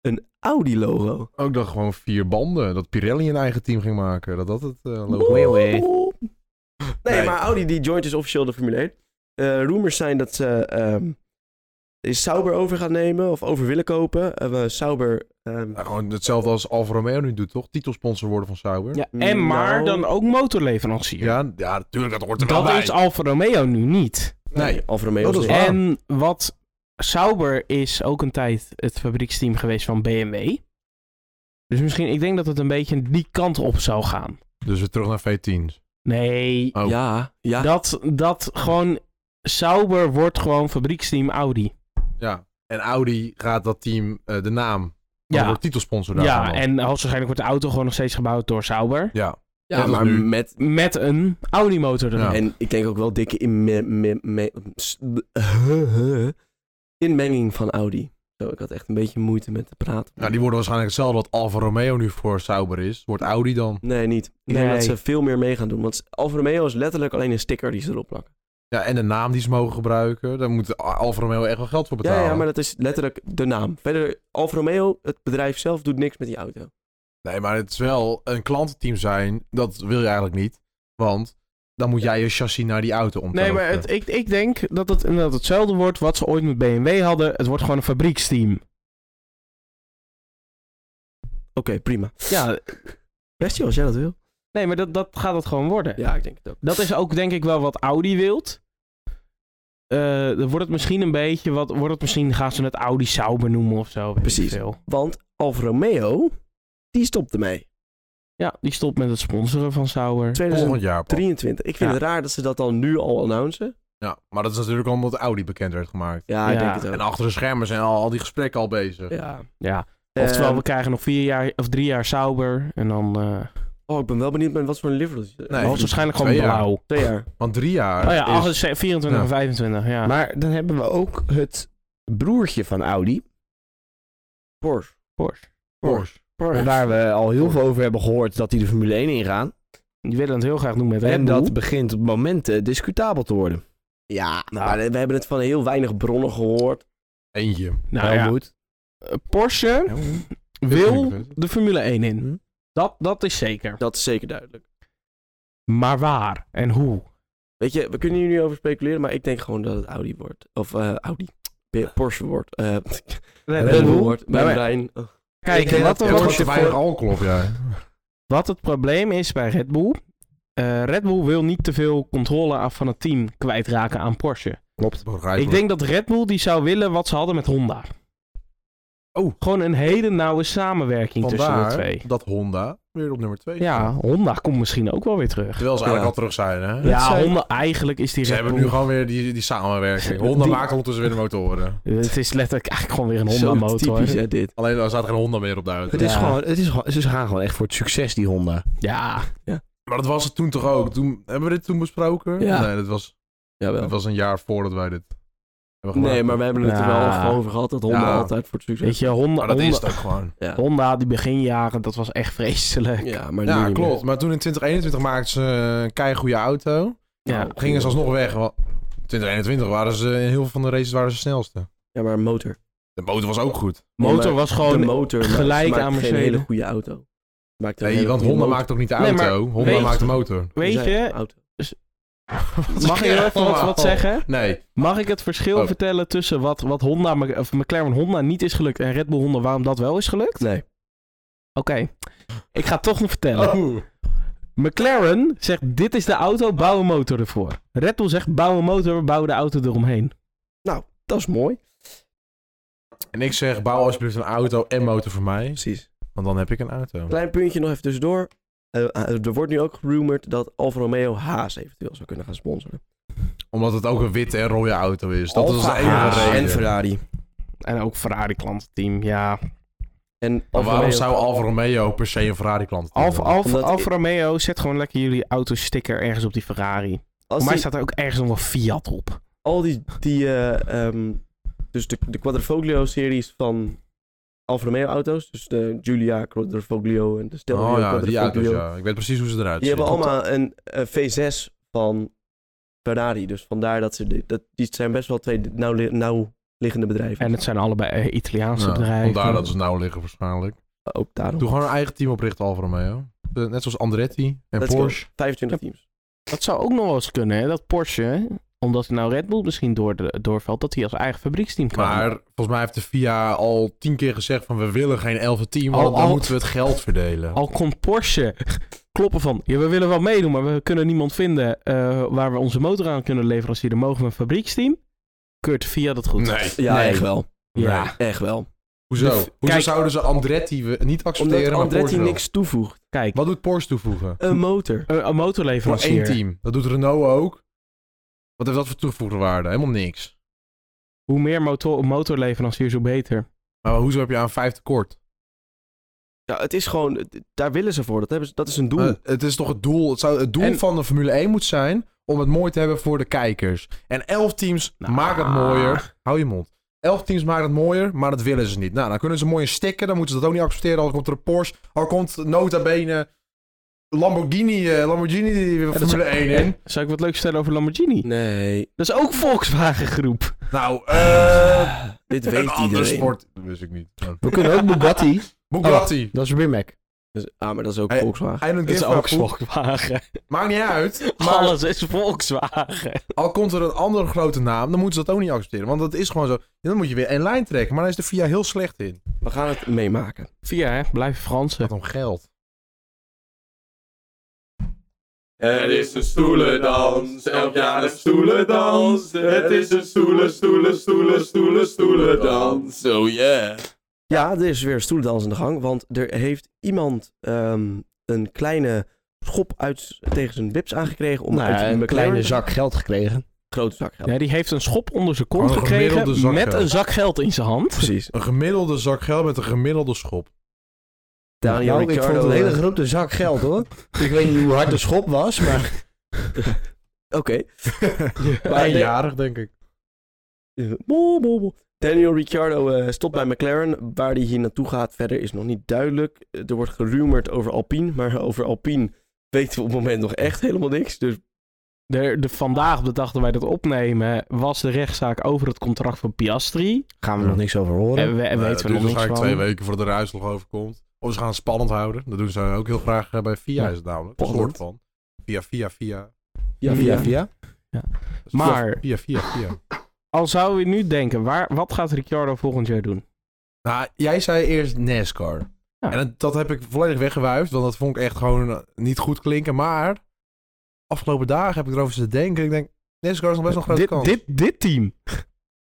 een Audi-logo.
Ook dat gewoon vier banden. Dat Pirelli een eigen team ging maken. Dat dat het eh, logo
Oei, oei.
Nee,
Nee.
maar Audi die joint is officieel de Formule 1. Eh rumors zijn dat ze ehm Sauber over gaan nemen of over willen kopen. Eh, we Sauber... ehm,
Nou, gewoon hetzelfde als Alfa Romeo nu doet, toch? Titelsponsor worden van Sauber.
Ja, en maar
Nou.
dan ook motorleverancier.
ja, ja, natuurlijk. Dat hoort er wel
dat
bij.
is Alfa Romeo nu niet.
Nee.
Alfa Romeo
Oh, dat is
niet.
waar.
En wat Sauber is ook een tijd het fabrieksteam geweest van BMW. Dus misschien, ik denk dat het een beetje die kant op zou gaan.
Dus weer terug naar V10.
Nee,
Oh.
Ja, ja.
dat, dat gewoon... Sauber wordt gewoon fabrieksteam Audi.
Ja. En Audi gaat dat team eh, de naam. Ja.
Ja.
Wordt titelsponsor daarvan.
Ja,
ook.
en hoogstwaarschijnlijk wordt de auto gewoon nog steeds gebouwd door Sauber.
Ja.
ja,
dat is
maar
nu.
met...
Met een Audi motor erin.
Ja.
En ik denk ook wel dikke in me, me, me- s- de- inmenging van Audi. Zo, ik had echt een beetje moeite met te praten.
Nou, die worden waarschijnlijk hetzelfde wat Alfa Romeo nu voor Sauber is. Wordt Audi dan.
Nee, niet. Ik denk
Nee.
dat ze veel meer mee gaan doen. Want Alfa Romeo is letterlijk alleen een sticker die ze erop plakken.
Ja, en de naam die ze mogen gebruiken. Daar moet Alfa Romeo echt wel geld voor betalen.
Ja, ja, maar dat is letterlijk de naam. Verder, Alfa Romeo, het bedrijf zelf, doet niks met die auto.
Nee, maar het is wel een klantenteam zijn. Dat wil je eigenlijk niet. Want dan moet jij je chassis naar die auto omtellen.
Nee, maar het, ik, ik denk dat het inderdaad hetzelfde wordt wat ze ooit met BMW hadden. Het wordt gewoon een fabrieksteam.
Oké, prima.
Ja,
Bestje, als jij dat wil.
nee, maar dat, dat gaat het gewoon worden.
Ja, ik denk het ook.
Dat is ook denk ik wel wat Audi wilt. Eh, dan wordt het misschien een beetje wat. Wordt het misschien gaan ze het Audi Sauber noemen of zo. weet ik
Precies.
veel.
Want Alfa Romeo, die stopte mee.
Ja, die stopt met het sponsoren van Sauber.
2023.
Volgend jaar. pas.
Ik vind
Ja.
het raar dat ze dat dan nu al announcen.
Ja, maar dat is natuurlijk omdat Audi bekend werd gemaakt.
Ja, ik
Ja.
denk het
En
ook.
achter de schermen zijn al, al die gesprekken al bezig.
Ja.
Ja.
Ehm,
Oftewel, we krijgen nog vier jaar of drie jaar Sauber. En dan eh
oh, ik ben wel benieuwd met wat voor een livery.
Nee.
Oh,
waarschijnlijk gewoon
twee jaar.
blauw.
Twee jaar.
Want drie jaar
Oh ja,
is-
28, 24 en
Ja.
25. Ja.
Maar dan hebben we ook het broertje van Audi.
Porsche.
Porsche.
Porsche.
Waar
eh,
we al heel veel over hebben gehoord dat die de Formule 1 ingaan.
Die willen het heel graag doen met Red
En
Bull.
dat begint op momenten discutabel te worden.
Ja, maar we hebben het van heel weinig bronnen gehoord.
Eentje.
nou, ja.
Helmoet.
Eh, Porsche wil de Formule 1 in.
Hm?
Dat, dat is zeker.
Dat is zeker duidelijk.
Maar waar en hoe?
Weet je, we kunnen hier nu over speculeren, maar ik denk gewoon dat het Audi wordt. Of eh, Audi. Porsche wordt. Eh,
Red
Red Bull
Bull.
wordt. Mijn
Maar-
brein.
Kijk,
Ik denk
wat,
dat-
wat-
Ja, het was
wordt
te
er
weinig
voor-
alcohol op jij.
wat het probleem is bij Red Bull. eh, Red Bull wil niet te veel controle af van het team kwijtraken aan Porsche.
Klopt.
Begrijpelijk.
Ik denk dat Red Bull die zou willen wat ze hadden met Honda.
Oh.
Gewoon een hele nauwe samenwerking tussen de twee.
Vandaar dat Honda weer op nummer 2
Ja, Honda komt misschien ook wel weer terug.
Terwijl ze eigenlijk
Ja.
al terug zijn, hè?
Ja,
zijn-
Honda eigenlijk is die
Ze
Red
hebben
Bull.
nu gewoon weer die, die samenwerking. Honda
Die-
maakt ondertussen weer de motoren.
Het is letterlijk eigenlijk gewoon weer een
Zo
Honda motor.
typisch, hè, dit.
Alleen er staat geen Honda meer op de auto.
Het is
Ja.
gewoon, het is, gewoon- ze gaan gewoon echt voor het succes, die Honda.
Ja,
Maar dat was het toen toch ook? Toen, hebben we dit toen besproken?
Ja.
Nee, dat was,
Jawel.
dat was een jaar voordat wij dit hebben gemaakt.
Nee, maar we hebben het er
Ja.
wel gewoon over gehad dat Honda
Ja.
altijd voor het succes
weet je, Honda,
Maar dat is
Honda,
het ook gewoon.
Ja,
Honda die beginjaren, dat was echt vreselijk.
ja maar nu
Ja,
niet meer.
klopt. Maar toen in 2021 maakten ze een keigoede auto.
Ja.
Gingen ze alsnog weg. Want 2021 waren ze in heel veel van de races waren ze de snelste.
Ja, maar een motor.
De motor was ook goed.
Nee,
Motor
maar
was
de
Oh,
gewoon
motor maar
gelijk
ze maakt
aan
geen
Mercedes.
hele goede auto. Maakt een
Nee,
hele
want
goede
Honda
motor.
maakt ook niet de
Nee,
auto.
maar-
Honda
Weet-
maakt de motor.
Weet
Ze zijn
je,
auto.
mag ik er even wat, wat zeggen?
Nee.
Mag ik het verschil
Oh.
vertellen tussen wat, wat Honda, of McLaren Honda niet is gelukt en Red Bull Honda waarom dat wel is gelukt?
Nee.
Oké, ik ga het toch nog vertellen.
Oh.
McLaren zegt dit is de auto, bouw een motor ervoor. Red Bull zegt bouw een motor, bouw de auto eromheen.
Nou, dat is mooi.
En ik zeg, bouw alsjeblieft een auto en motor voor mij.
Precies.
Want dan heb ik een auto.
Klein puntje nog even tussendoor. Eh, eh, er wordt nu ook gerumored dat Alfa Romeo Haas eventueel zou kunnen gaan sponsoren.
Omdat het ook een witte en rode auto is. Dus Dat is de
Alfa
enige
Haas.
reden.
En Ferrari.
En ook Ferrari klantenteam, ja.
En
Maar
Alfa
waarom
Romeo-
zou Alfa Romeo per se een Ferrari-klant
Alfa,
worden?
Alfa,
Omdat
Alfa Romeo, zet gewoon lekker jullie autosticker ergens op die Ferrari.
als
Voor mij
die-
staat er ook ergens nog wel Fiat op.
al die, die eh, ehm, dus de, de Quadrifoglio-series van Alfa Romeo-auto's, dus de Giulia Quadrifoglio en de Stelvio
Oh ja, die auto's,
Quadrifoglio,
ja. Ik weet precies hoe ze eruit
die
zien.
hebben allemaal een eh, V6 van Ferrari, dus vandaar dat ze, dit- dat, die zijn best wel twee nauw, li- nauw liggende bedrijven.
En het zijn allebei eh, Italiaanse
Ja,
bedrijven.
Vandaar dat ze nauw liggen waarschijnlijk.
ook Oh, daarom.
Doe gewoon een eigen team oprichten, Alfa Romeo. Eh, Net zoals Andretti en
Let's go.
Porsche.
25 teams.
Dat zou ook nog wel eens kunnen, hè? dat Porsche, hè, omdat nou Red Bull misschien door de, doorvalt, dat hij als eigen fabrieksteam kan.
Maar volgens mij heeft de FIA al tien keer gezegd van we willen geen elfde team, want
Al-
dan
al-
moeten we het geld verdelen.
Al kon Porsche kloppen van, ja, we willen wel meedoen, maar we kunnen niemand vinden eh, waar we onze motor aan kunnen leveren als hier dan mogen we een fabrieksteam. Keurt via dat goed.
Nee.
Ja,
Nee.
echt wel.
Ja.
Nee.
Echt wel.
Hoezo?
De f-
Hoezo
kijk-
zouden ze Andretti we- niet accepteren,
Omdat
maar
Andretti
Porsche wel?
niks toevoegt. Hm.
Kijk,
Wat doet Porsche toevoegen?
Een motor.
een, een
Voor
motorleverancier.
één team. Dat doet Renault ook. Wat heeft dat voor toegevoegde waarde? Helemaal niks.
Hoe meer motor, motorleveranciers, hoe beter.
Maar hoezo heb je aan vijf tekort?
Ja, het is gewoon, daar willen ze voor. Dat, hebben ze, dat is een doel.
Eh, het is toch het doel. Het, zou, het doel
En-
van de Formule 1 moet zijn om het mooi te hebben voor de kijkers. En elf teams
Nou.
maken het mooier. Hou je mond. Elf teams maken het mooier, maar dat willen ze niet. Nou, dan kunnen ze mooi een stikken. Dan moeten ze dat ook niet accepteren. Al komt er een Porsche. Al komt nota bene Lamborghini, eh, Lamborghini die weer
dat
Formule 1 in.
Zou ik wat leuks vertellen over Lamborghini?
Nee,
Dat is ook Volkswagen groep.
Nou, eh
dit
een
weet
andere
iedereen.
sport. Dat wist ik niet.
Oh.
Nou.
We kunnen ook Bugatti.
Bugatti.
Dat is weer Mac.
Dus- ah, maar dat is ook
Hey,
Volkswagen.
I don't
Dat is
give a
ook
fuck.
Volkswagen.
Maakt niet uit. Maar
Alles is Volkswagen.
Al komt er een andere grote naam, dan moeten ze dat ook niet accepteren. Want dat is gewoon zo. Ja, dan moet je weer één lijn trekken. Maar daar is de VIA heel slecht in.
We gaan het meemaken.
Via, hè? Blijf Fransen.
Het gaat om geld.
Het is een stoelendans, elk jaar een stoelendans. Het is een stoelen, stoelen, stoelen, stoelen, stoelendans. Oh yeah.
Ja, er is weer stoelendans in de gang. Want er heeft iemand ehm, een kleine schop uit, tegen zijn bips aangekregen. Om uit
nou, een
McLaren-
kleine zak geld gekregen.
Grote zak geld.
Ja, die heeft een schop onder zijn kont
Gewoon Oh, een gemiddelde
gekregen
zak
met
geld.
een zak geld in zijn hand.
Precies.
Een gemiddelde zak geld met een gemiddelde schop.
Daniel
nou, ik
Ricciardo,
vond een hele
eh,
grote zak geld hoor. ik weet niet hoe hard de schop was, maar...
eh, Oké. Maar de-
Eenjarig, denk ik.
eh, bo- bo- bo. Daniel Ricciardo eh, stopt bij McLaren. Waar hij hier naartoe gaat verder is nog niet duidelijk. Eh, Er wordt gerumerd over Alpine. Maar over Alpine weten we op het moment nog echt helemaal niks. Dus
De, de, vandaag, op de dag dat wij dat opnemen, was de rechtszaak over het contract van Piastri.
Gaan we nog niks over horen.
En we, en
Eh,
weten we
duurt
nog niks van.
waarschijnlijk twee weken voordat de uitslag overkomt. Of ze gaan het spannend houden. Dat doen ze ook heel graag eh, bij VIA
Ja,
is het namelijk. Een soort
spannend.
van. VIA, VIA, VIA.
ja,
via,
ja.
via.
Dat is
Maar-
VIA, VIA, VIA.
Al zou je nu denken, waar, wat gaat Ricciardo volgend jaar doen?
Nou, jij zei eerst NASCAR.
Ja.
En dat, dat heb ik volledig weggewuifd, want dat vond ik echt gewoon eh, niet goed klinken. Maar afgelopen dagen heb ik erover zitten denken. Ik denk, NASCAR is nog best wel een grote
dit,
kans.
dit, dit team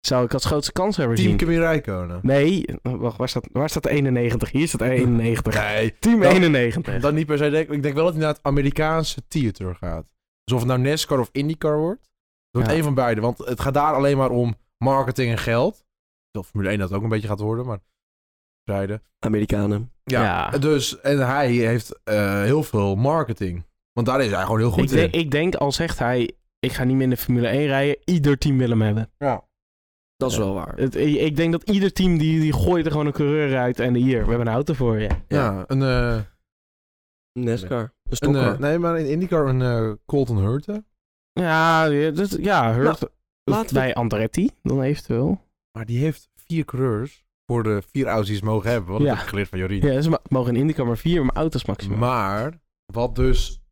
zou ik als grootste kans hebben
Team
gezien.
Kimi Räikkönen.
Nee, wacht, waar staat, waar staat 91? Hier staat 91.
Nee,
Team
dat-
91.
dat niet per se. Denk, ik. ik denk wel dat hij naar het Amerikaanse theater gaat. Dus of het nou NASCAR of IndyCar wordt. Het wordt
Ja.
één van beide, want het gaat daar alleen maar om marketing en geld. Terwijl Formule 1 dat ook een beetje gaat worden, maar... Rijden.
Amerikanen.
Ja,
Ja.
dus en hij heeft eh, heel veel marketing. Want daar is hij gewoon heel goed
ik,
in.
denk, ik denk, al zegt hij, ik ga niet meer in de Formule 1 rijden, ieder team wil hem hebben.
Dat is wel
Eh,
waar.
Het, ik ik denk dat ieder team, die, die gooit er gewoon een coureur uit en hier, we hebben een auto voor je.
Ja, een, eh,
NASCAR. Een
een
stokker.
nou,
eh, nee, maar in IndyCar een eh, Colton Hurte.
Ja, ja, dat, ja Hurt
laten we-
bij Andretti, dan eventueel.
Maar die heeft vier coureurs voor de vier auto's die ze mogen hebben. Want dat
Ja.
heb ik geleerd van Jorien.
Ja, ze ma- mogen in IndyCar maar vier, maar auto's maximaal.
Maar wat dus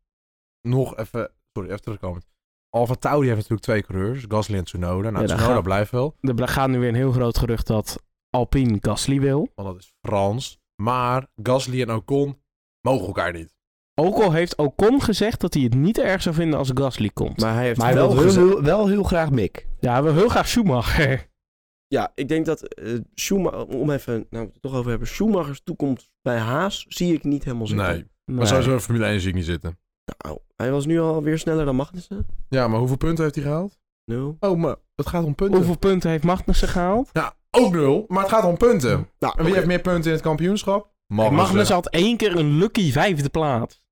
nog even, sorry, even terugkomend. Alfa Tauri heeft natuurlijk twee coureurs, Gasly en Tsunoda. Nou,
Ja, daar
Tsunoda
gaat-
blijft wel,
Er gaat nu weer een heel groot gerucht dat Alpine Gasly wil.
want dat is Frans. Maar Gasly en Ocon mogen elkaar niet.
Ook al heeft Ocon gezegd dat hij het niet erg zou vinden als Gasly komt.
Maar hij heeft
Maar hij
wel
wil heel,
gezegd-
heel- wel heel graag Mick.
Ja, we heel graag Schumacher.
Ja, ik denk dat eh Schumacher, om even, nou, we het toch over hebben. Schumachers toekomst bij Haas zie ik niet helemaal zitten.
Nee, maar sowieso in Formule 1 zie ik niet zitten.
Nou, hij was nu alweer sneller dan Magnussen.
Ja, maar hoeveel punten heeft hij gehaald?
Nul.
Oh, maar het gaat om punten.
Hoeveel punten heeft Magnussen gehaald?
Ja, Ook nul, maar het gaat om punten. En
Nou,
wie
oké.
heeft meer punten in het kampioenschap?
Magnus had één keer een lucky vijfde plaats.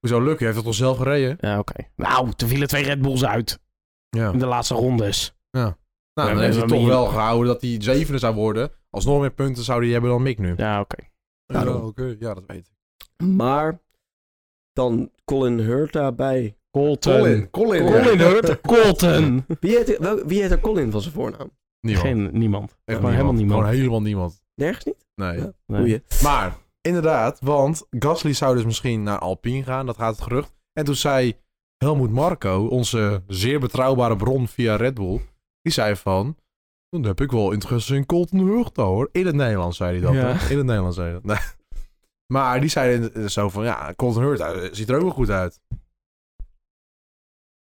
Hoezo lukken? Hij heeft het al zelf gereden.
Ja, oké. Nou, toen vielen twee Red Bulls uit
Ja.
in de laatste rondes.
Nou,
Ja,
dan heeft
maar
hij toch
wie-
wel gehouden dat hij zevende zou worden. Als nog meer punten zou hij hebben dan Mick nu.
Ja, oké.
Ja,
daarom.
oké. ja dat weet ik.
Maar dan Colin Hurta bij.
Colton.
Colin. Colin.
Colin Hurt. Colton.
Wie heet, wel, wie heet er Colin van zijn voornaam?
Niemand.
Geen, niemand.
Echt
maar helemaal niemand.
Gewoon helemaal niemand.
Nergens niet?
Nee.
Ja.
Nee.
Boeien.
Maar, inderdaad, want Gasly zou dus misschien naar Alpine gaan. Dat gaat het gerucht. En toen zei Helmoet Marco, onze zeer betrouwbare bron via Red Bull, die zei van... Dan heb ik wel interesse in Colton Hurta hoor. In het Nederlands zei hij dat.
Ja.
hè. In het Nederlands zei hij dat. Nee. Maar die zei in- zo van, ja, Colton Hurta eh, ziet er ook wel goed uit.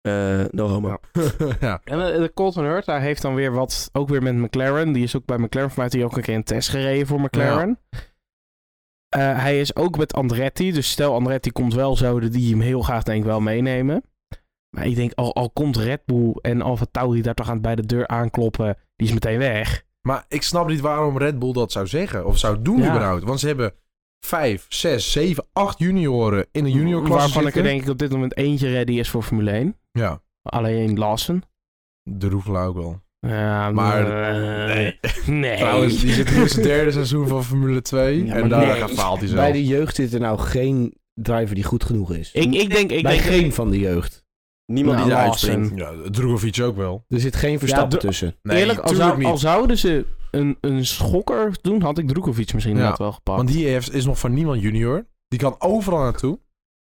Eh, no homo.
Ja.
ja.
En eh, de Colton Hurt, hij heeft dan weer wat, ook weer met McLaren. Die is ook bij McLaren, voor mij heeft hij ook een keer een test gereden voor McLaren. Eh, hij is ook met Andretti, dus stel Andretti komt wel zo, dat die hem heel graag denk ik wel meenemen. Maar ik denk, al, al komt Red Bull en Alfa Tauri daar toch aan bij de deur aankloppen, die is meteen weg.
Maar ik snap niet waarom Red Bull dat zou zeggen. Of zou doen
Ja.
überhaupt. Want ze hebben vijf, zes, zeven, acht junioren in de juniorklasse
Waarvan ik er
zitten.
denk ik op dit moment eentje ready is voor Formule 1.
Ja,
Alleen Lawson.
de Roefla ook wel.
Ja,
Maar-
eh, nee.
Trouwens, die zit nu in zijn derde seizoen van Formule 2.
Ja,
en
maar
daar
nee.
gaat faalt hij
Bij
zelf.
de jeugd zit er nou geen driver die goed genoeg is.
Ik, ik denk, ik
Bij
denk
geen van de jeugd.
Niemand
Nou,
die eruit
Lawson.
springt.
Ja, Drogovic ook wel.
Er zit geen verstappen
de-
tussen.
Eerlijk, al,
tuurlijk
zou- al zouden ze een, een schokker doen, had ik Drukovic misschien
Ja,
net wel gepakt.
Want die heeft, is nog van niemand junior. Die kan overal naartoe.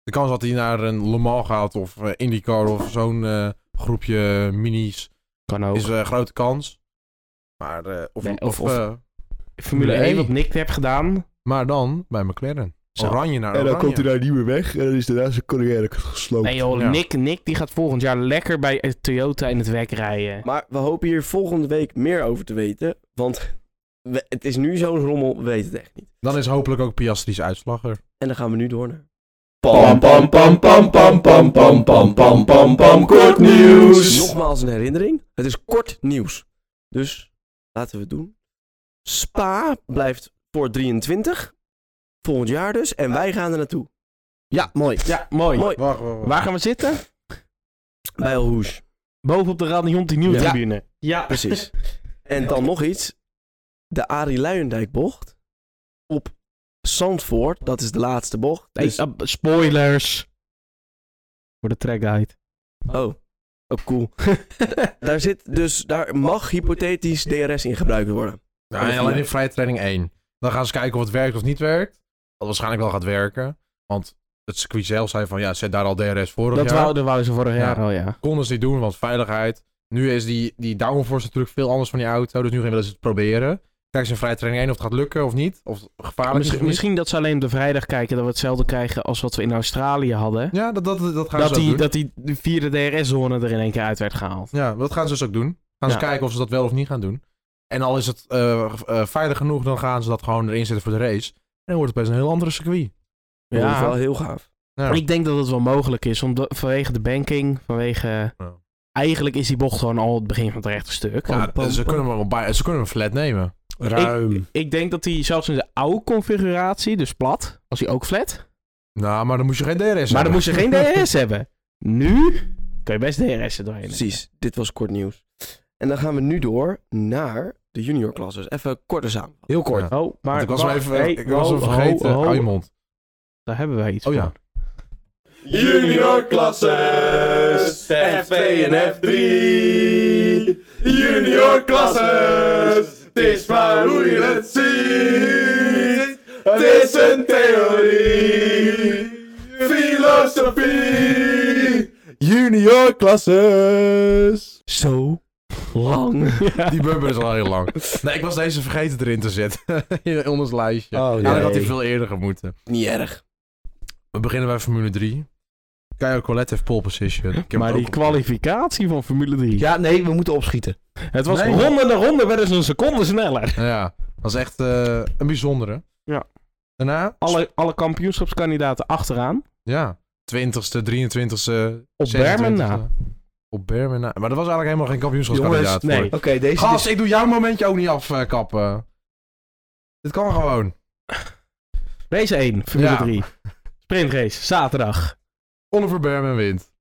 De kans dat hij naar een Le Mans gaat of eh, IndyCar of zo'n eh, groepje minis
kan ook.
is een grote kans. Maar, eh, of,
Nee, of-
of,
of-
eh,
Formule
Nee.
1, wat Nick heb gedaan.
maar dan bij McLaren.
Zo.
Oranje naar oranje.
daar niet meer weg en dan is daarna zijn carrière gesloopt.
Nee joh,
Ja.
Nick, Nick die gaat volgend jaar lekker bij eh, Toyota in het werk rijden.
Maar we hopen hier volgende week meer over te weten. Want we- het is nu zo'n rommel, we weten het echt niet.
Dan is hopelijk ook Piastri's uitslag er.
En dan gaan we nu door naar.
Pam pam pam pam pam pam pam pam pam pam pam kort nieuws.
Dus Nogmaals een herinnering. Het is kort nieuws. Dus laten we het doen. Spa blijft voor 23. Volgend jaar dus. En wij gaan er naartoe.
Ja, mooi.
Ja, mooi.
Mooi.
Wacht, wacht, wacht.
Waar gaan we zitten?
Bij El Rouge.
Boven op de Radionti Nieuw
Ja.
tribune. Ja,
Precies. En dan nog iets. De Arie Luijendijk-bocht op Zandvoort. Dat is de laatste bocht.
Nee,
Dus-
eh, spoilers. Voor de track guide.
oh. Oh, cool. daar, zit dus, daar mag hypothetisch DRS in gebruikt worden.
Ja, en alleen in vrije training 1. Dan gaan ze kijken of het werkt of niet werkt. Wat waarschijnlijk wel gaat werken. Want het circuit zelf zei van ja, zet daar al DRS vorig
Dat
jaar.
wouden, wouden ze vorig
Ja.
jaar al, ja.
Konden ze niet doen, want veiligheid. Nu is die, die downforce natuurlijk veel anders van die auto. Dus nu gaan willen ze het proberen. Kijken ze in vrije training 1 of het gaat lukken of niet. Of het gevaarlijk is
Misschien,
of niet.
misschien dat ze alleen op de vrijdag kijken dat we hetzelfde krijgen als wat we in Australië hadden.
Ja, dat, dat, dat gaan
dat
ze ook
die,
doen.
dat die de vierde DRS-zone er in één keer uit werd gehaald.
Ja, dat gaan ze dus ook doen. Gaan ze
Ja.
kijken of ze dat wel of niet gaan doen. En al is het eh, eh, veilig genoeg, dan gaan ze dat gewoon erin zetten voor de race. En dan wordt het best een heel andere circuit.
Ja. Dat is wel
Ja,
heel gaaf.
Ja.
ik denk dat het wel mogelijk is. Omdat, vanwege de banking, vanwege...
Ja.
Eigenlijk is die bocht gewoon al het begin van het rechte stuk.
Ja, ze, kunnen hem wel bij, ze kunnen hem flat nemen.
Ruim.
Ik denk dat hij zelfs in de oude configuratie, dus plat, was hij ook flat.
Nou, maar dan moest je geen DRS
Maar
hebben.
dan moest je geen DRS hebben. Nu kun je best DRS er doorheen.
Precies, dit was kort nieuws. En dan gaan we nu door naar de juniorklasses. Even korter samen.
Heel kort.
Ja.
Oh, maar
Want ik was hem
wacht,
even,
hey,
ik was
ho,
hem vergeten.
ho, ho.
Hou je mond.
Daar hebben wij iets
Oh ja.
voor.
Junior klasses F2 en F3 Junior klasses Het is maar hoe je het ziet Het is een theorie Filosofie Junior klasses
Zo lang.
Die bumper is al heel lang. Nee, ik was deze vergeten erin te zetten. in ons lijstje.
Oh,
ja, dan had hij
jee.
veel eerder moeten.
Niet erg.
We beginnen bij Formule 3. Kyle Colette heeft pole position. Ik heb
Maar
het
die
ook-
kwalificatie van Formule 3.
Ja, nee, we moeten opschieten.
Het was
Nee.
ronde na ronde werden ze een seconde sneller.
Ja, dat is echt eh, een bijzondere.
Ja.
Daarna?
alle, alle kampioenschapskandidaten achteraan.
Ja. 20ste, 23ste,
Op Bermen na.
26e. Op Bermena. Maar dat was eigenlijk helemaal geen kampioenschapskandidaat.
Jongens,
voor.
nee.
Oké, deze...
Gast, ik doe jouw momentje ook niet afkappen. Dit kan gewoon.
Race 1, Formule
Ja.
3. Sprintrace, zaterdag.
Oliver Berman wint.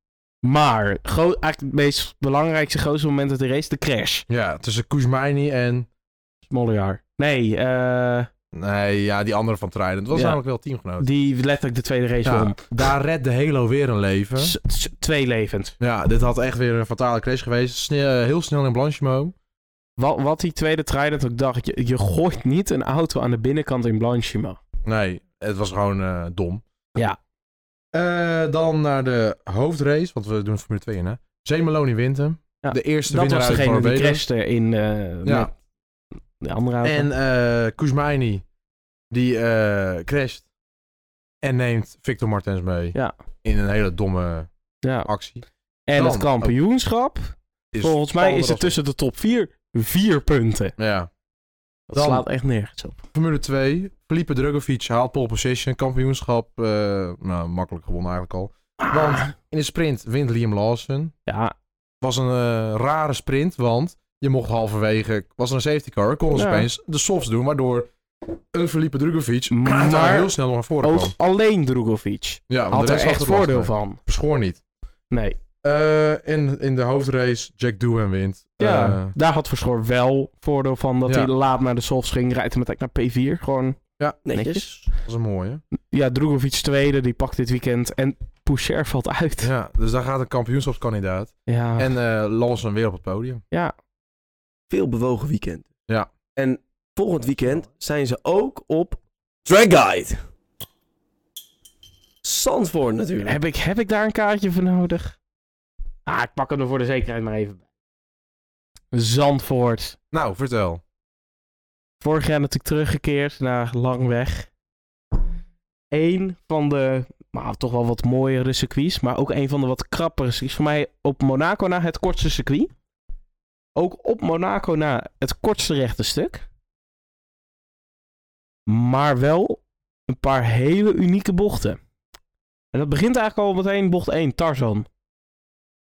Maar, gro- eigenlijk het meest belangrijkste, grootste moment uit de race, de crash.
Ja, tussen Kuzmijni en...
Smollejaar. Nee, eh,
Nee, ja, die andere van Trident. Het was
Ja.
namelijk wel teamgenoot.
die letterlijk de tweede race
Ja,
won.
daar redt de Halo weer een leven.
S- s- Twee levend.
Ja, dit had echt weer een fatale crash geweest. Sne- eh, heel snel in Blanchimo.
Wat, wat die tweede Trident ook dacht, je, je gooit niet een auto aan de binnenkant in Blanchimo.
Nee, het was gewoon eh, dom.
Ja.
Eh, dan naar de hoofdrace, want we doen Formule 2 in, hè. Zee Maloney wint hem.
Ja,
de eerste
Dat
winnaar
was
uit
degene die
Barbados.
crashte in eh,
Ja.
met de andere auto.
En eh Kuzmijni, die eh, crasht en neemt Victor Martens mee
Ja.
in een hele domme
ja.
actie.
en het
dan-
kampioenschap,
Is
volgens mij is
Alderas-
het tussen de top 4 vier punten.
Ja.
Dat
Dan-
slaat echt nergens op.
Formule 2, Felipe Drugovic haalt pole position, kampioenschap, eh, nou, makkelijk gewonnen eigenlijk al.
Ah.
Want in de sprint wint Liam Lawson.
Ja,
Was een eh, rare sprint, want je mocht halverwege, was er een safety car, konden ze
Ja.
opeens de softs doen, waardoor een Felipe Drugovic
Maar-
daar heel snel nog naar voren
ook
kwam.
alleen Drogovic.
Ja, want
Had
de
er
rest
echt
last
voordeel
mee.
van.
Verschoor niet.
Nee.
Eh, in, in de hoofdrace, Jack Doohan wint.
Ja,
Eh,
daar had Verschoor wel voordeel van. Dat
Ja.
hij laat naar de softs ging, rijdt hem meteen naar P4. Gewoon
ja,
netjes.
dat is een mooie.
Ja, Drogovic tweede, die pakt dit weekend. En Poucher valt uit.
Ja, dus daar gaat een kampioenschapskandidaat.
Ja.
En eh Lawson weer op het podium.
ja.
Veel bewogen weekend.
Ja.
En volgend weekend zijn ze ook op Drag Guide. Zandvoort natuurlijk.
Heb, ik, heb ik daar een kaartje voor nodig? Ah, ik pak hem er voor de zekerheid maar even bij. Zandvoort.
Nou, vertel.
Vorig jaar natuurlijk teruggekeerd naar lang weg. Eén van de, nou, toch wel wat mooiere circuits, maar ook een van de wat krappere circuits. Voor mij op Monaco na het kortste circuit. Ook op Monaco na het kortste rechte stuk. Maar wel een paar hele unieke bochten. En dat begint eigenlijk al meteen bocht 1, Tarzan.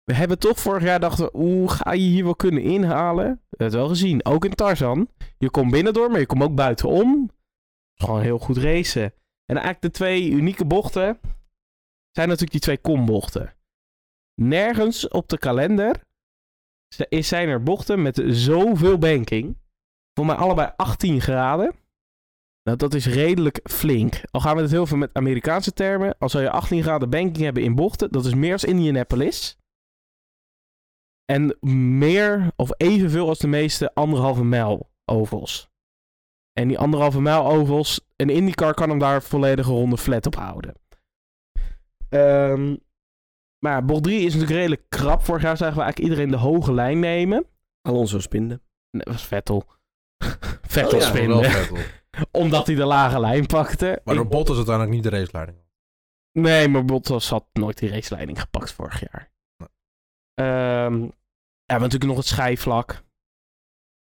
We hebben toch vorig jaar dachten, we, oeh, ga je hier wel kunnen inhalen? Dat wel gezien, ook in Tarzan. Je komt binnendoor, maar je komt ook buitenom. Gewoon heel goed racen. En eigenlijk de twee unieke bochten zijn natuurlijk die twee kombochten. Nergens op de kalender z- is- zijn er bochten met zoveel banking. Voor mij allebei 18 graden. Nou, dat is redelijk flink. Al gaan we het heel veel met Amerikaanse termen. Al zou je 18 graden banking hebben in bochten, dat is meer als Indianapolis. En meer of evenveel als de meeste anderhalve mijl ovals. En die anderhalve mijl ovals, een IndyCar kan hem daar volledige ronde flat op houden. Ehm, maar ja, bocht 3 is natuurlijk redelijk krap. Vorig jaar zagen we eigenlijk iedereen de hoge lijn nemen.
Alonso Spinde.
Nee, dat was Vettel. Vettel
Oh ja.
Wel
spinnen.
vet, hoor.
Omdat hij de lage lijn pakte.
Maar door
Ik-
Bottas uiteindelijk niet de raceleiding.
Nee, maar Bottas had nooit die raceleiding gepakt vorig jaar.
Nee.
Ehm, ja, we hebben natuurlijk nog het schijfvlak.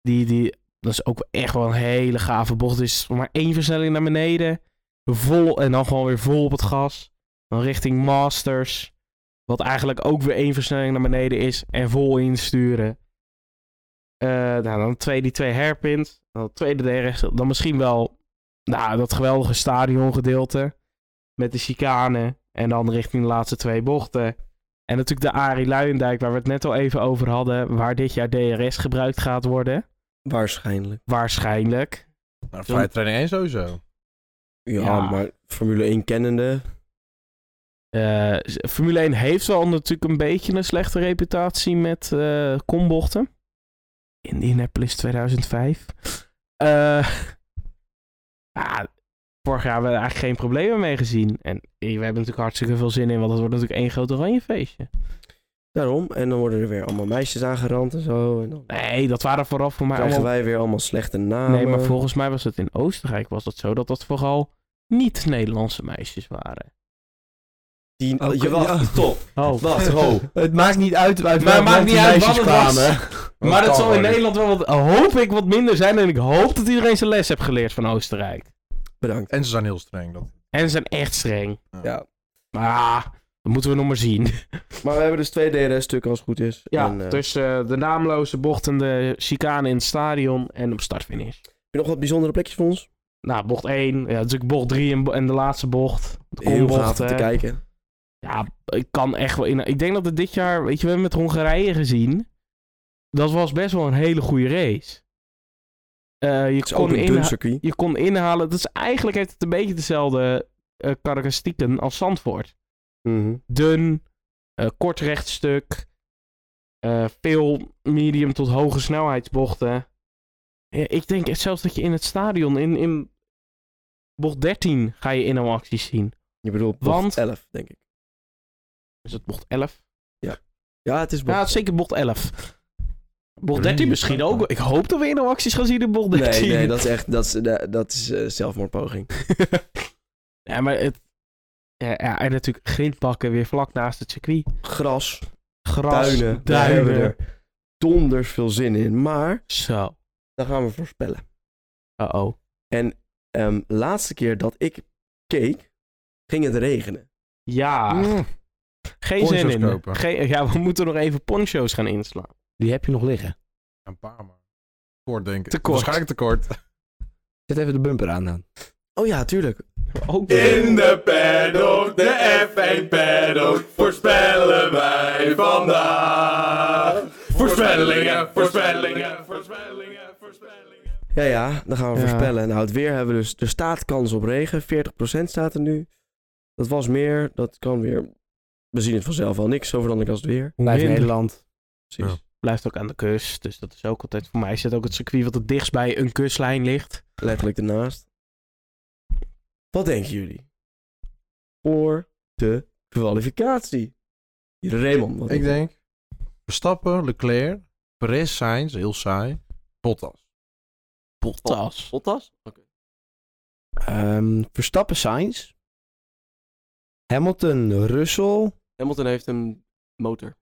Die, die, dat is ook echt wel een hele gave bocht. Dus maar één versnelling naar beneden. Vol en dan gewoon weer vol op het gas. Dan richting Masters. Wat eigenlijk ook weer één versnelling naar beneden is. En vol insturen. Eh, nou, dan twee, die twee hairpins. Dan tweede de rechts. Dan misschien wel nou, dat geweldige stadiongedeelte met de chicane. En dan richting de laatste twee bochten. En natuurlijk de Arie Luijendijk, waar we het net al even over hadden. Waar dit jaar DRS gebruikt gaat worden.
Waarschijnlijk.
Waarschijnlijk.
Nou, vrije training 1 sowieso.
Ja,
Ja.
maar Formule 1 kennende.
Eh, Formule 1 heeft wel natuurlijk een beetje een slechte reputatie met eh, kombochten. Indianapolis 2005. Eh, ah, vorig jaar hebben we er eigenlijk geen problemen mee gezien. En we hebben natuurlijk hartstikke veel zin in, want het wordt natuurlijk één groot oranje feestje.
Daarom. En dan worden er weer allemaal meisjes aangerand en zo. En dan
Nee, dat waren vooraf voor mij
krijgen
allemaal
wij weer allemaal slechte namen.
Nee, maar volgens mij was het in Oostenrijk was dat zo dat dat vooral niet-Nederlandse meisjes waren.
Die,
Oké,
je wacht,
ja.
top.
Oh.
Wacht, ho.
dus- Het maakt niet uit uit
Maar
welk
maakt
land
niet
die
uit
meisjes
wat het was.
kwamen.
Oh,
Maar dat
kan
zal in
gewoon niet.
Nederland wel wat, oh, hoop ik, wat minder zijn. En ik hoop dat iedereen zijn les heeft geleerd van Oostenrijk.
Bedankt.
En ze zijn heel streng. Dat...
En ze zijn echt streng.
Ja.
Maar ah, Dat moeten we nog maar zien.
Maar we hebben dus twee DRS-stukken als het goed is.
Ja,
En, eh, heb
dus eh, de naamloze bocht en de chicane in het stadion en op startfinish.
je nog wat bijzondere plekjes voor ons?
Nou, bocht 1, ja, natuurlijk bocht 3 en, bo- en de laatste bocht. De
Heel
kombocht,
gaaf om te
eh.
kijken.
Ja, ik kan echt wel. in- Ik denk dat het dit jaar. Weet je, we hebben met Hongarije gezien. Dat was best wel een hele goede race. Eh, je,
Het is ook
kon
een dun
inha-
circuit.
je kon inhalen. Dat is, eigenlijk heeft het een beetje dezelfde eh, karakteristieken als Zandvoort. Dun, eh, kort rechtstuk, eh, veel medium tot hoge snelheidsbochten. Ja, ik denk echt zelfs dat je in het stadion, in, in bocht 13, ga je inhaalacties zien.
Je bedoelt bocht
Want-
11, denk ik.
Is Dus het bocht 11?
Ja, het is bocht
Ja, het is zeker bocht 11. Bocht 13 misschien
Oh.
ook. Ik hoop dat we inhaalacties gaan zien in bocht 13.
Nee, nee, dat is echt, dat is, eh, dat is eh, zelfmoordpoging.
Ja, maar het... Ja, ja, en natuurlijk grindbakken weer vlak naast het circuit.
Gras,
Gras,
duinen, daar hebben we er donders veel zin in. Maar,
Zo.
daar gaan we voorspellen.
Uh-oh.
Ehm, laatste keer dat ik keek, ging het regenen.
Ja.
Mm.
Geen
Poncho's
zin in.
kopen.
Geen- ja, we moeten nog even poncho's gaan inslaan.
Die heb je nog liggen.
Een paar maar. Kort denk ik.
Tekort.
Waarschijnlijk tekort.
Zet even de bumper aan dan.
Oh ja, tuurlijk.
Ook weer.
In de paddock, de F1 paddock, voorspellen wij vandaag. Voorspellingen, voorspellingen, voorspellingen, voorspellingen.
Ja, ja, dan gaan we
Ja.
voorspellen. Nou, het weer hebben we dus. Er staat kans op regen. 40% staat er nu. Dat was meer. Dat kan weer. We zien het vanzelf al. Niks zo veranderlijk als het weer.
Blijf
Minder.
Nederland.
Precies.
Blijft ook aan de kust, dus dat is ook altijd voor mij. Zit ook het circuit wat het dichtst bij een kustlijn ligt.
Letterlijk ernaast. Wat denken jullie? Voor de kwalificatie. Raymond. Wat
Ik denk Verstappen, Leclerc, Perez, Sainz, heel saai, Bottas.
Bottas.
Bottas? Oké.
Ehm, Verstappen, Sainz. Hamilton, Russell.
Hamilton heeft een motor.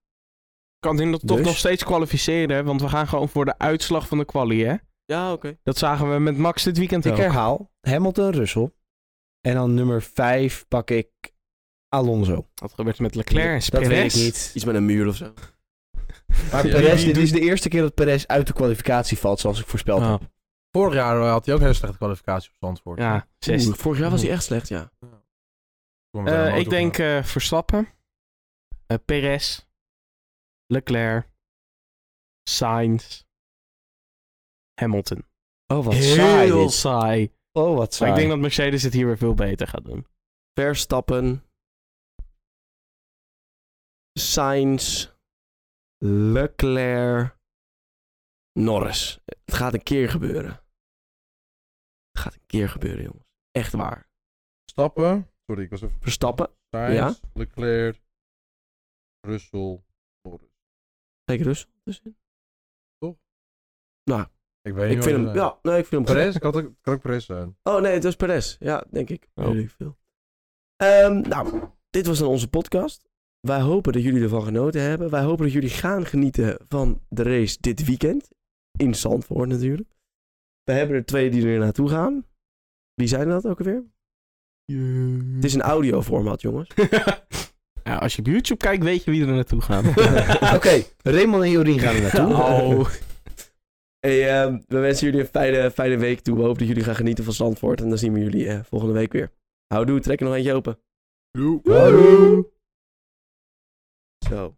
Kan in dat toch
Dus?
nog steeds kwalificeren, want we gaan gewoon voor de uitslag van de quali, hè?
Ja, oké.
Dat zagen we met Max dit weekend
Ik
ook.
herhaal. Hamilton, Russell. En dan nummer 5 pak ik Alonso.
Wat gebeurt er met Leclerc?
Dat
Perez?
weet ik niet.
Iets met een muur of zo.
Maar
Ja,
Perez,
die
dit
doet-
is de eerste keer dat Perez uit de kwalificatie valt, zoals ik voorspeld
Oh,
heb.
Vorig jaar eh, had hij ook een hele slechte kwalificatie op Zandvoort.
ja, zes.
Oeh, vorig jaar was hij echt slecht, ja.
Toen met
Eh,
een motor
ik denk eh, Verstappen, Eh Perez, Leclerc, Sainz, Hamilton.
Oh, wat saai
Heel
dit.
saai.
Oh, wat
Maar
saai.
ik denk dat Mercedes het hier weer veel beter gaat doen.
Verstappen. Sainz. Leclerc. Norris. Het gaat een keer gebeuren. Het gaat een keer gebeuren, jongens. Echt waar.
Verstappen. Sorry, ik was even
Verstappen.
Sainz,
Ja.
Leclerc, Russell, Norris.
Zeker dus. dus in.
Ik weet
Ik
niet
vind
wat
hem.
ze zijn.
Ja, nee, ik vind hem.
Perez, kan het ook, kan ook Perez zijn.
Oh nee, het was Perez. Ja, denk ik.
Oh.
Jullie veel. Ehm, nou, dit was dan onze podcast. Wij hopen dat jullie ervan genoten hebben. Wij hopen dat jullie gaan genieten van de race dit weekend. In Zandvoort natuurlijk. We hebben er twee die er naartoe gaan. Wie zijn dat ook alweer? Het is een audioformat, jongens.
Ja, als je op YouTube kijkt, weet je wie er naartoe gaat.
Oké, Raymond en Jorien gaan er naartoe.
Oh.
Hey, ehm, we wensen jullie een fijne, fijne week toe. We hopen dat jullie gaan genieten van Zandvoort. En dan zien we jullie eh, volgende week weer. Houdoe, trek er nog eentje open.
Doei.
Zo.